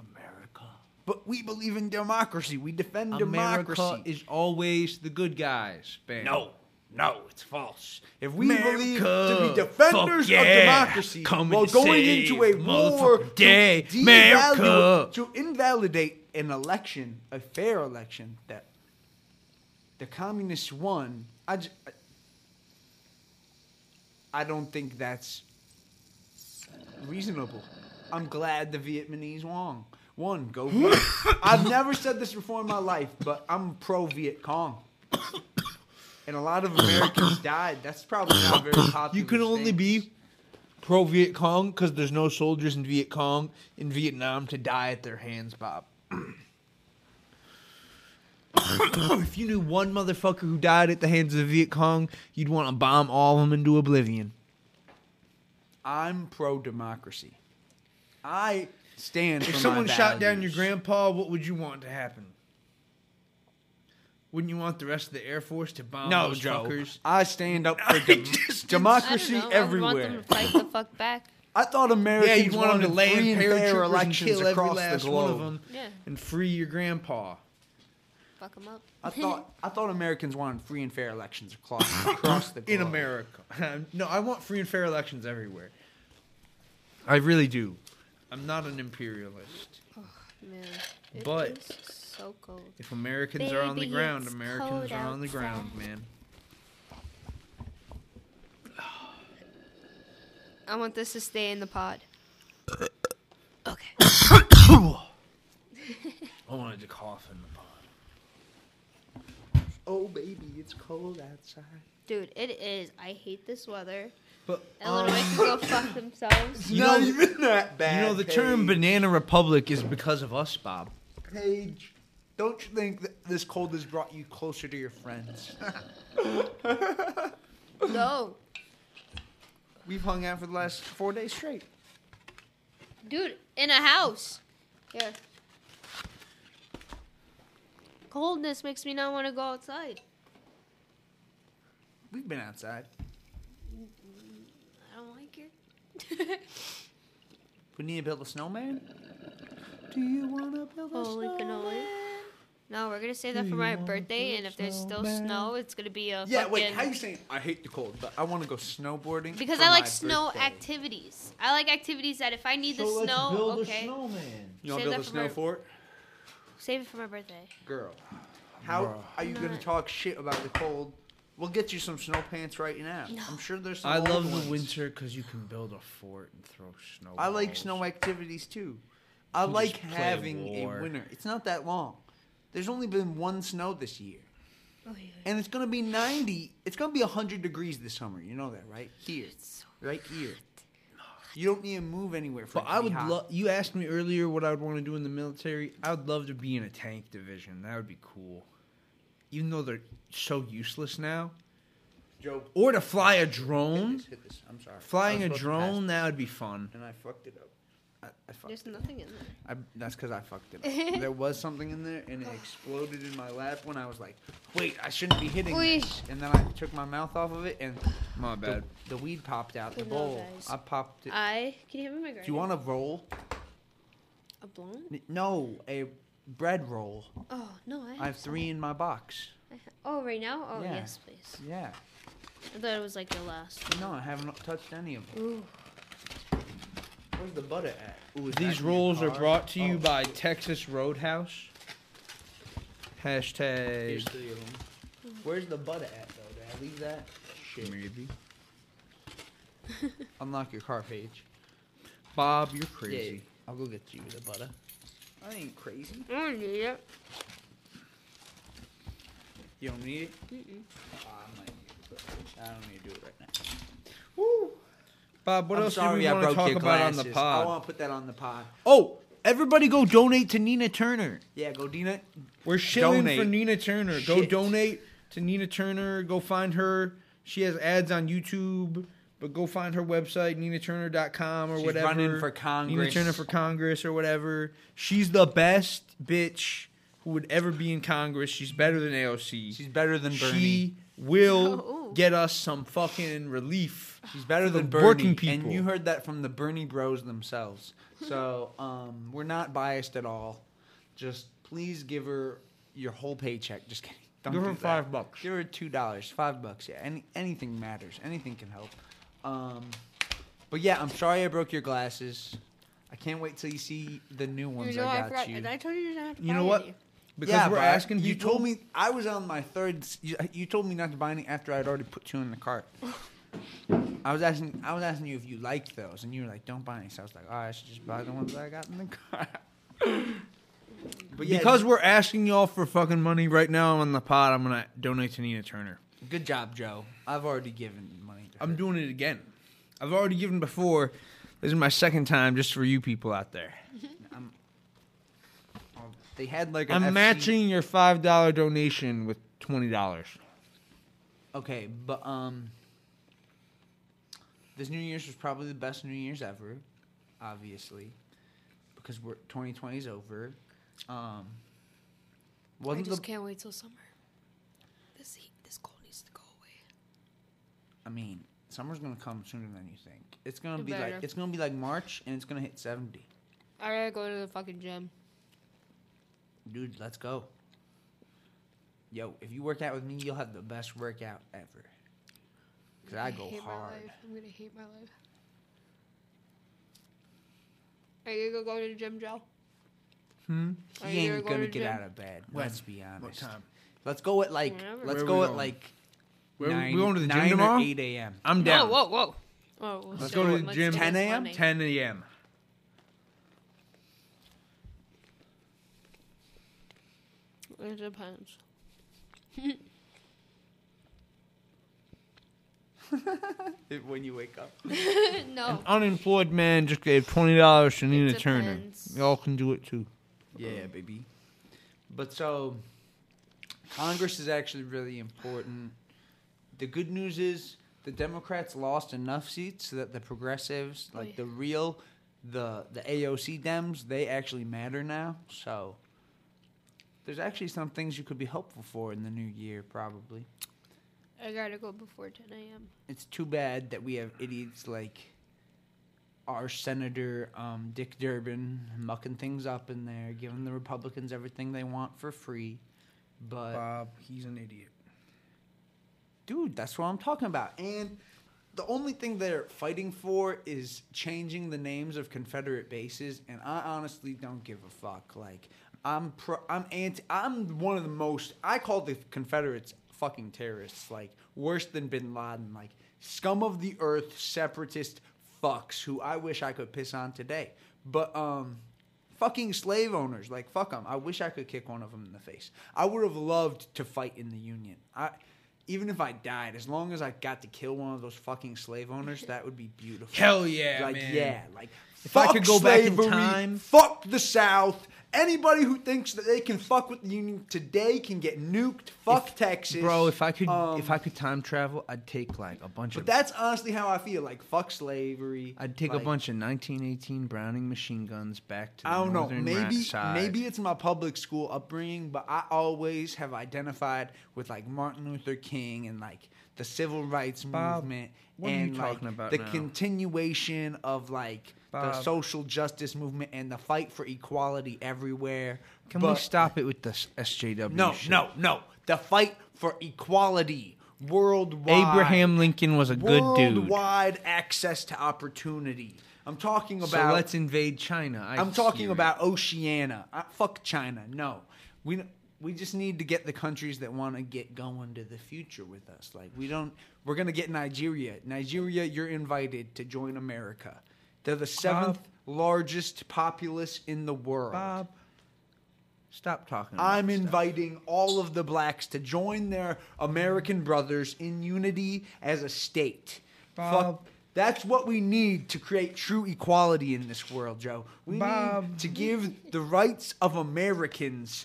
Speaker 3: America.
Speaker 4: But we believe in democracy. We defend
Speaker 6: America
Speaker 4: democracy.
Speaker 6: is always the good guys. Bam.
Speaker 3: No, no, it's false.
Speaker 4: If we believe to
Speaker 3: America.
Speaker 4: be defenders
Speaker 3: Fuck yeah.
Speaker 4: of democracy
Speaker 3: Coming
Speaker 4: while
Speaker 3: to
Speaker 4: going
Speaker 3: save
Speaker 4: into a war
Speaker 3: motherfucking day.
Speaker 4: to, devalu-
Speaker 3: America.
Speaker 4: to invalidate an election, a fair election that the communists won, I, j- I don't think that's reasonable. I'm glad the Vietnamese won. One, go Viet. I've never said this before in my life, but I'm pro Viet Cong. And a lot of Americans died. That's probably not very popular.
Speaker 3: You can only be pro Viet Cong because there's no soldiers in Viet Cong in Vietnam to die at their hands, Bob. if you knew one motherfucker who died at the hands of the Viet Cong, you'd want to bomb all of them into oblivion.
Speaker 4: I'm pro democracy. I stand.
Speaker 3: If
Speaker 4: for
Speaker 3: someone
Speaker 4: my
Speaker 3: shot down your
Speaker 4: values.
Speaker 3: grandpa, what would you want to happen? Wouldn't you want the rest of the Air Force to bomb
Speaker 4: No,
Speaker 3: those
Speaker 4: Joe.
Speaker 3: fuckers?
Speaker 4: I stand up for dem- democracy
Speaker 5: I don't know. I would
Speaker 4: everywhere.
Speaker 5: want them to fight the fuck back.
Speaker 4: I thought Americans
Speaker 3: Yeah, you'd want them
Speaker 4: wanted
Speaker 3: to lay
Speaker 4: free
Speaker 3: in
Speaker 4: and fair
Speaker 3: paratroopers and
Speaker 4: elections
Speaker 3: kill every
Speaker 4: across
Speaker 3: last
Speaker 4: the
Speaker 3: one
Speaker 4: globe.
Speaker 3: of them
Speaker 5: Yeah,
Speaker 3: and free your grandpa.
Speaker 5: fuck them up.
Speaker 4: I thought I thought Americans wanted free and fair elections across across the globe.
Speaker 3: in America. no, I want free and fair elections everywhere. I really do. I'm not an imperialist.
Speaker 5: Man, it
Speaker 3: But-
Speaker 5: is so cold.
Speaker 3: If Americans are on the
Speaker 5: Baby,
Speaker 3: ground,
Speaker 5: it's
Speaker 3: Americans
Speaker 5: cold
Speaker 3: are on the ground,
Speaker 5: outside.
Speaker 3: man.
Speaker 5: I want this to stay in the pod. Okay.
Speaker 3: I wanted to cough in the pot.
Speaker 4: Oh baby, it's cold outside.
Speaker 5: Dude, it is. I hate this weather.
Speaker 3: But
Speaker 5: Illinois
Speaker 4: um,
Speaker 5: can go fuck themselves.
Speaker 4: It's not even that bad.
Speaker 3: you know the term
Speaker 4: Paige.
Speaker 3: banana republic is because of us, Bob.
Speaker 4: Paige, don't you think that this cold has brought you closer to your friends?
Speaker 5: No.
Speaker 4: We've hung out for the last four days straight.
Speaker 5: Dude, in a house. Here. Coldness makes me not want to go outside.
Speaker 4: We've been outside.
Speaker 5: I don't like it.
Speaker 4: We need to build a snowman. Do you want to build a
Speaker 5: Holy
Speaker 4: snowman?
Speaker 5: cannoli. No, we're gonna save that for my birthday, and if there's still snow, it's gonna be a
Speaker 4: Yeah,
Speaker 5: fucking...
Speaker 4: wait. How you saying? I hate the cold, but I want to go snowboarding
Speaker 5: Because
Speaker 4: for
Speaker 5: I like
Speaker 4: my
Speaker 5: snow
Speaker 4: birthday.
Speaker 5: activities. I like activities that if I need the snow, okay,
Speaker 3: snowman.
Speaker 4: You want
Speaker 5: Save
Speaker 4: to
Speaker 5: that
Speaker 4: build a
Speaker 5: for
Speaker 4: snow
Speaker 5: my-
Speaker 4: fort,
Speaker 5: save it for my birthday.
Speaker 4: girl? How are you gonna
Speaker 5: Not-
Speaker 4: talk shit about the cold? We'll get you some snow pants right now. I'm sure there's some.
Speaker 3: I
Speaker 4: old
Speaker 3: love
Speaker 4: ones.
Speaker 3: the winter because you can build a fort and throw snow.
Speaker 4: I like
Speaker 3: balls.
Speaker 4: snow activities too. I
Speaker 3: can
Speaker 4: like
Speaker 3: just play
Speaker 4: having a
Speaker 3: war.
Speaker 4: winter. It's not that long. There's only been one snow this year,
Speaker 5: Oh yeah.
Speaker 4: and it's gonna be 90. It's gonna be 100 degrees this summer. You know that, right? Here, right here. You don't need to move anywhere for.
Speaker 3: But
Speaker 4: it to
Speaker 3: I
Speaker 4: be
Speaker 3: would
Speaker 4: hot.
Speaker 3: love. You asked me earlier what I would want to do in the military. I would love to be in a tank division. That would be cool. Even though they're so useless now,
Speaker 4: Joe.
Speaker 3: or to fly a
Speaker 4: Hit
Speaker 3: drone.
Speaker 4: this, hit this. I'm sorry.
Speaker 3: Flying
Speaker 4: I
Speaker 3: a
Speaker 4: was supposed to pass
Speaker 3: drone,
Speaker 4: it,
Speaker 3: that would be fun.
Speaker 4: and I fucked it up. I, I
Speaker 5: There's
Speaker 4: fucked. It.
Speaker 5: nothing in there.
Speaker 4: I, that's because I fucked it up. there was something in there, and it exploded in my lap when I was like, "Wait, I shouldn't be hitting
Speaker 5: Whee!
Speaker 4: this." And then I took my mouth off of it, and
Speaker 3: My
Speaker 4: the,
Speaker 3: bad.
Speaker 4: the weed popped out the
Speaker 5: No,
Speaker 4: bowl.
Speaker 5: guys.
Speaker 4: I popped it.
Speaker 5: I can you have my
Speaker 4: Do you want a roll?
Speaker 5: a blunt?
Speaker 4: N- No, a bread roll.
Speaker 5: Oh no, I have,
Speaker 4: I have three in my box.
Speaker 5: some. I ha- oh, right now? Oh
Speaker 4: Yeah.
Speaker 5: yes, please.
Speaker 4: Yeah.
Speaker 5: I thought it was like the last.
Speaker 4: No, I haven't touched any of them.
Speaker 5: Ooh,
Speaker 4: Where's the butter at? Ooh, is that in
Speaker 3: These
Speaker 4: your
Speaker 3: rules are
Speaker 4: car?
Speaker 3: brought to you
Speaker 4: Oh,
Speaker 3: by Texas Roadhouse.
Speaker 4: Here's
Speaker 3: Hashtag.
Speaker 4: three of them. Where's the butter at though? Did I leave that? Shit.
Speaker 3: Maybe.
Speaker 4: Unlock your car page.
Speaker 3: Bob, you're crazy.
Speaker 4: I'll go get you the butter. I ain't crazy.
Speaker 5: I don't need it.
Speaker 4: You don't need it? Oh, I might need it, but I don't need to do it right now. Woo!
Speaker 3: Bob, what
Speaker 4: I'm
Speaker 3: else
Speaker 4: sorry
Speaker 3: do we
Speaker 4: I
Speaker 3: want to
Speaker 4: broke
Speaker 3: talk
Speaker 4: your
Speaker 3: about on the
Speaker 4: glasses.
Speaker 3: pod?
Speaker 4: I want to put that on the pod.
Speaker 3: Oh, everybody go donate to Nina Turner.
Speaker 4: Yeah, go Dina.
Speaker 3: We're shilling for
Speaker 4: Donate.
Speaker 3: Nina Turner. Go
Speaker 4: Shit.
Speaker 3: donate to Nina Turner. Go find her. She has ads on YouTube, but go find her website, ninaturner.com or
Speaker 4: She's
Speaker 3: whatever.
Speaker 4: running for
Speaker 3: Nina
Speaker 4: Congress.
Speaker 3: Turner for Congress or whatever. She's the best bitch who would ever be in Congress. She's better than AOC.
Speaker 4: She's better than Bernie.
Speaker 3: She will
Speaker 5: Oh, ooh.
Speaker 3: get us some fucking relief.
Speaker 4: She's better
Speaker 3: for the
Speaker 4: than Bernie.
Speaker 3: working people.
Speaker 4: And you heard that from the Bernie bros themselves. So um, we're not biased at all. Just please give her your whole paycheck. Just kidding. Don't
Speaker 3: Give her
Speaker 4: do that.
Speaker 3: five bucks.
Speaker 4: Give her two dollars, five bucks. Yeah, any anything matters. Anything can help. Um, but yeah, I'm sorry I broke your glasses. I can't wait till you see the new ones
Speaker 5: You know,
Speaker 4: I
Speaker 5: I,
Speaker 4: got
Speaker 5: forgot.
Speaker 4: you.
Speaker 5: and I told you you didn't have to
Speaker 3: You
Speaker 5: buy
Speaker 3: know what?
Speaker 5: any.
Speaker 3: Because
Speaker 4: yeah,
Speaker 3: we're
Speaker 4: but
Speaker 3: asking
Speaker 4: You
Speaker 3: people-
Speaker 4: told me I was on my third. s- You, you told me not to buy any after I'd already put two in the cart. I was asking. I was asking you if you liked those, and you were like, "Don't buy any." So I was like, "Oh, I should just buy the ones that I got in the cart." but yeah,
Speaker 3: because we're asking y'all for fucking money right now on the pod, I'm gonna donate to Nina Turner.
Speaker 4: good job, Joe. I've already given money. To
Speaker 3: I'm
Speaker 4: her.
Speaker 3: doing it again. I've already given before. This is my second time, just for you people out there.
Speaker 4: They had like an
Speaker 3: I'm
Speaker 4: FC
Speaker 3: matching your five dollar donation with twenty dollars.
Speaker 4: Okay, but um, this New Year's was probably the best New Year's ever, obviously, because we're 2020 is over. Um,
Speaker 5: I
Speaker 4: wasn't
Speaker 5: just
Speaker 4: the
Speaker 5: can't wait till summer. This heat, this cold needs to go away.
Speaker 4: I mean, summer's gonna come sooner than you think. It's gonna
Speaker 5: It
Speaker 4: be
Speaker 5: better.
Speaker 4: like it's gonna be like March, and it's gonna hit 70.
Speaker 5: I gotta go to the fucking gym.
Speaker 4: Dude, let's go. Yo, if you work out with me, you'll have the best workout ever. Cause I
Speaker 5: I'm
Speaker 4: go
Speaker 5: gonna hate my
Speaker 4: hard.
Speaker 5: life. I'm gonna hate my life. Are you gonna go to the gym, Joe? Hmm?
Speaker 4: He ain't gonna get out of bed. Let's be honest. Let's go at like.
Speaker 5: Whenever.
Speaker 4: Let's
Speaker 3: Where
Speaker 4: go
Speaker 3: we
Speaker 4: at
Speaker 3: going?
Speaker 4: like.
Speaker 3: Where we- we
Speaker 4: nine,
Speaker 3: going to the gym
Speaker 4: nine or
Speaker 3: tomorrow?
Speaker 4: 8 a.m.
Speaker 3: I'm down.
Speaker 5: Whoa, whoa, whoa. Oh, well,
Speaker 3: Let's
Speaker 5: so
Speaker 3: go to the
Speaker 5: let's
Speaker 3: gym.
Speaker 5: do
Speaker 4: 10
Speaker 5: this
Speaker 4: a.m.?
Speaker 5: Monday.
Speaker 3: 10 a.m.
Speaker 5: It depends.
Speaker 4: When you wake up.
Speaker 5: no.
Speaker 3: Unemployed man just gave twenty dollars to Nina Turner.
Speaker 5: depends.
Speaker 3: Y'all can do it too.
Speaker 4: Yeah, baby. But so, Congress is actually really important. The good news is the Democrats lost enough seats so that the progressives, like
Speaker 5: Oh, yeah.
Speaker 4: the real, the the AOC Dems, they actually matter now. So, there's actually some things you could be hopeful for in the new year, probably.
Speaker 5: I gotta go before 10 a.m.
Speaker 4: It's too bad that we have idiots like our senator um, Dick Durbin mucking things up in there, giving the Republicans everything they want for free. But
Speaker 3: Bob, he's an idiot.
Speaker 4: dude, that's what I'm talking about. And the only thing they're fighting for is changing the names of Confederate bases, and I honestly don't give a fuck. Like, I'm pro, I'm anti, I'm one of the most. I call the Confederates fucking terrorists, like worse than Bin Laden, like scum of the earth, separatist fucks who I wish I could piss on today. But um, fucking slave owners. Like fuck them. I wish I could kick one of them in the face. I would have loved to fight in the Union. I even if I died, as long as I got to kill one of those fucking slave owners, that would be beautiful.
Speaker 3: Hell yeah,
Speaker 4: like
Speaker 3: man.
Speaker 4: yeah, like
Speaker 3: If I could
Speaker 4: fuck
Speaker 3: go back in
Speaker 4: slavery,
Speaker 3: time-
Speaker 4: fuck the South. Anybody who thinks that they can fuck with the Union today can get nuked. Fuck Texas,
Speaker 3: Bro, if I could
Speaker 4: Um,
Speaker 3: if I could time travel, I'd take like a bunch
Speaker 4: But
Speaker 3: of
Speaker 4: that's honestly how I feel. Like fuck slavery.
Speaker 3: I'd take a
Speaker 4: Like,
Speaker 3: bunch of 1918 Browning machine guns back to the
Speaker 4: I don't know.
Speaker 3: northern ra-
Speaker 4: Maybe
Speaker 3: side.
Speaker 4: maybe it's my public school upbringing, but I always have identified with like Martin Luther King and like the civil rights
Speaker 3: Bob,
Speaker 4: movement
Speaker 3: what are you
Speaker 4: and like
Speaker 3: talking about
Speaker 4: the
Speaker 3: now?
Speaker 4: continuation of like the
Speaker 3: Bob.
Speaker 4: social justice movement and the fight for equality everywhere.
Speaker 3: Can we
Speaker 4: But-
Speaker 3: stop it with the s- SJW?
Speaker 4: No,
Speaker 3: shit?
Speaker 4: no, no. The fight for equality worldwide.
Speaker 3: Abraham Lincoln was a good dude.
Speaker 4: Worldwide access to opportunity. I'm talking about
Speaker 3: so let's invade China. I
Speaker 4: I'm talking
Speaker 3: hear it.
Speaker 4: about Oceania. I, fuck China. No, we we just need to get the countries that want to get going to the future with us. Like we don't. We're gonna get Nigeria. Nigeria, you're invited to join America. They're the seventh largest populace in the world.
Speaker 3: Bob. Stop talking. About
Speaker 4: I'm
Speaker 3: this stuff.
Speaker 4: inviting all of the blacks to join their American brothers in unity as a state.
Speaker 3: Bob.
Speaker 4: Fuck. That's what we need to create true equality in this world, Joe. We
Speaker 3: Bob.
Speaker 4: need to give the rights of Americans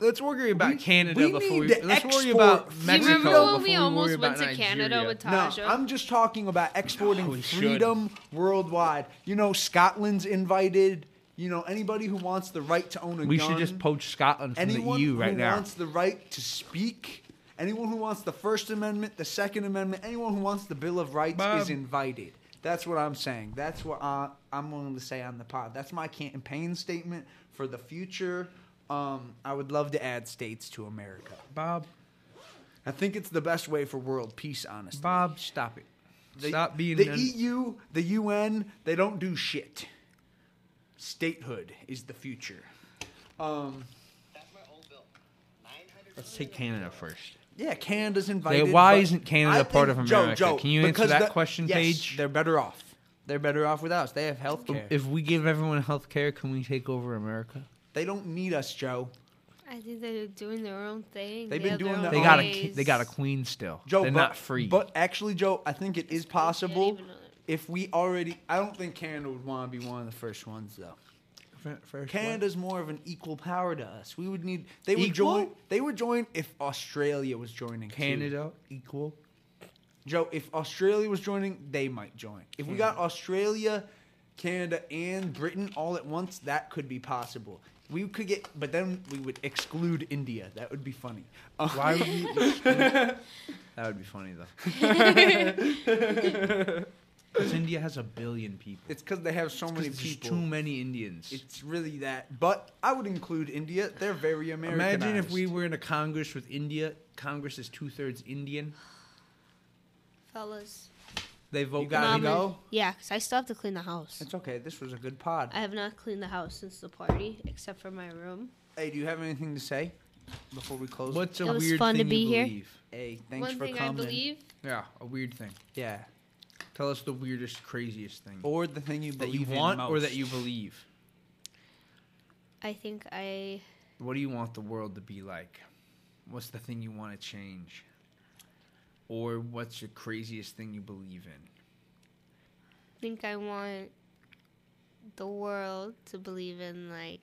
Speaker 3: Let's worry about
Speaker 4: We-
Speaker 3: Canada
Speaker 4: we
Speaker 3: before
Speaker 4: need
Speaker 3: we.
Speaker 4: to
Speaker 3: Let's worry
Speaker 4: export
Speaker 3: about
Speaker 4: freedom.
Speaker 3: Mexico.
Speaker 5: Do you remember
Speaker 3: before
Speaker 5: when we
Speaker 3: worry
Speaker 5: almost
Speaker 3: about
Speaker 5: went to Canada
Speaker 3: Nigeria.
Speaker 5: with
Speaker 4: No,
Speaker 5: Tasha?
Speaker 4: I'm just talking about exporting
Speaker 3: No, we
Speaker 4: freedom worldwide. You know, Scotland's invited. You know, anybody who wants the right to own a
Speaker 3: We
Speaker 4: gun.
Speaker 3: should just poach Scotland from
Speaker 4: anyone
Speaker 3: the EU right
Speaker 4: who
Speaker 3: now.
Speaker 4: wants the right to speak. Anyone who wants the First Amendment, the Second Amendment, anyone who wants the Bill of Rights
Speaker 3: Bob.
Speaker 4: is invited. That's what I'm saying. That's what I, I'm willing to say on the pod. That's my campaign statement for the future. Um, I would love to add states to America.
Speaker 3: Bob,
Speaker 4: I think it's the best way for world peace, honestly.
Speaker 3: Bob, stop it.
Speaker 4: The-
Speaker 3: stop being
Speaker 4: the
Speaker 3: an-
Speaker 4: EU, the UN. They don't do shit. Statehood is the future. Um,
Speaker 3: Let's take Canada first.
Speaker 4: yeah, Canada's
Speaker 3: Yeah,
Speaker 4: invited.
Speaker 3: why
Speaker 4: but
Speaker 3: isn't Canada
Speaker 4: I
Speaker 3: part
Speaker 4: think-
Speaker 3: of
Speaker 4: Joe,
Speaker 3: America?
Speaker 4: Joe,
Speaker 3: Can you answer
Speaker 4: because
Speaker 3: that
Speaker 4: the-
Speaker 3: question,
Speaker 4: yes,
Speaker 3: Paige?
Speaker 4: They're better off. They're better off without us. They have health care.
Speaker 3: If we give everyone health care, can we take over America?
Speaker 4: They don't need us, Joe.
Speaker 5: I think they're doing their own
Speaker 4: They've
Speaker 5: thing. They
Speaker 4: been
Speaker 5: have
Speaker 4: doing
Speaker 5: own
Speaker 4: their
Speaker 3: They
Speaker 4: own-
Speaker 3: got a
Speaker 5: ways.
Speaker 3: they got a queen still.
Speaker 4: Joe,
Speaker 3: They're
Speaker 4: but,
Speaker 3: not free.
Speaker 4: But actually, Joe, I think it is possible
Speaker 5: even know that.
Speaker 4: if we already. I don't think Canada would want to be one of the first ones, though. Canada's more of an equal power to us. We would need they would
Speaker 3: Equal?
Speaker 4: join they would join if Australia was joining. too.
Speaker 3: Canada equal.
Speaker 4: Joe, if Australia was joining, they might join. If we
Speaker 3: Hmm.
Speaker 4: got Australia, Canada, and Britain all at once, that could be possible. We could get, but then we would exclude India. That would be funny. Uh,
Speaker 3: Why would we exclude- That would be funny though. Because India has a billion people.
Speaker 4: it's because they have so many
Speaker 3: 'Cause there's
Speaker 4: people.
Speaker 3: too many Indians.
Speaker 4: it's really that. But I would include India. They're very American.
Speaker 3: Imagine if we were in a Congress with India. Congress is two thirds Indian.
Speaker 5: fellas.
Speaker 3: They vote.
Speaker 4: You gotta
Speaker 5: Mama.
Speaker 4: go.
Speaker 5: Yeah, because I still have to clean the house.
Speaker 4: It's okay. This was a good pod.
Speaker 5: I have not cleaned the house since the party, except for my room.
Speaker 4: Hey, do you have anything to say before we close?
Speaker 3: What's a
Speaker 5: It was
Speaker 3: weird
Speaker 5: fun to
Speaker 3: thing
Speaker 5: be
Speaker 3: you
Speaker 5: here.
Speaker 3: believe?
Speaker 4: Hey, thanks
Speaker 5: One
Speaker 4: for
Speaker 5: thing
Speaker 4: coming.
Speaker 5: I believe.
Speaker 3: Yeah, a weird thing.
Speaker 4: Yeah,
Speaker 3: Tell us the weirdest, craziest thing
Speaker 4: or the thing you
Speaker 3: that
Speaker 4: believe
Speaker 3: you
Speaker 4: in
Speaker 3: want or
Speaker 4: most.
Speaker 3: that you believe.
Speaker 5: I think I
Speaker 3: What do you want the world to be like? What's the thing you want to change? Or what's your craziest thing you believe in?
Speaker 5: think I want the world to believe in like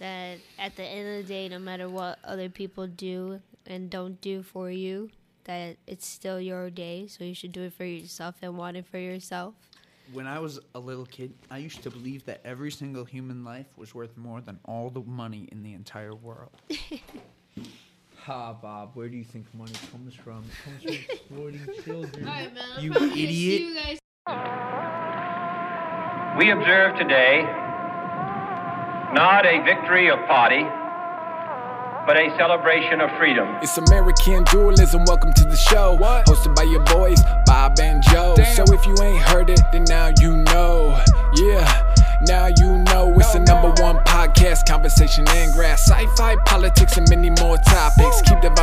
Speaker 5: that at the end of the day, no matter what other people do and don't do for you, that it's still your day, so you should do it for yourself and want it for yourself.
Speaker 4: When I was a little kid, I used to believe that every single human life was worth more than all the money in the entire world.
Speaker 3: Ha, Bob, where do you think money comes from? It comes from exploiting children.
Speaker 5: man,
Speaker 3: I'm You probably gonna see idiot. you
Speaker 5: guys.
Speaker 1: We observe today not a victory of party, but a celebration of freedom.
Speaker 2: It's American dualism. Welcome to the show. Hosted by your boys, Bob and Joe. So if you ain't heard it, then now you know. Yeah, now you know. It's the number one podcast, conversation and grass. Sci fi, politics, and many more topics. Keep the volume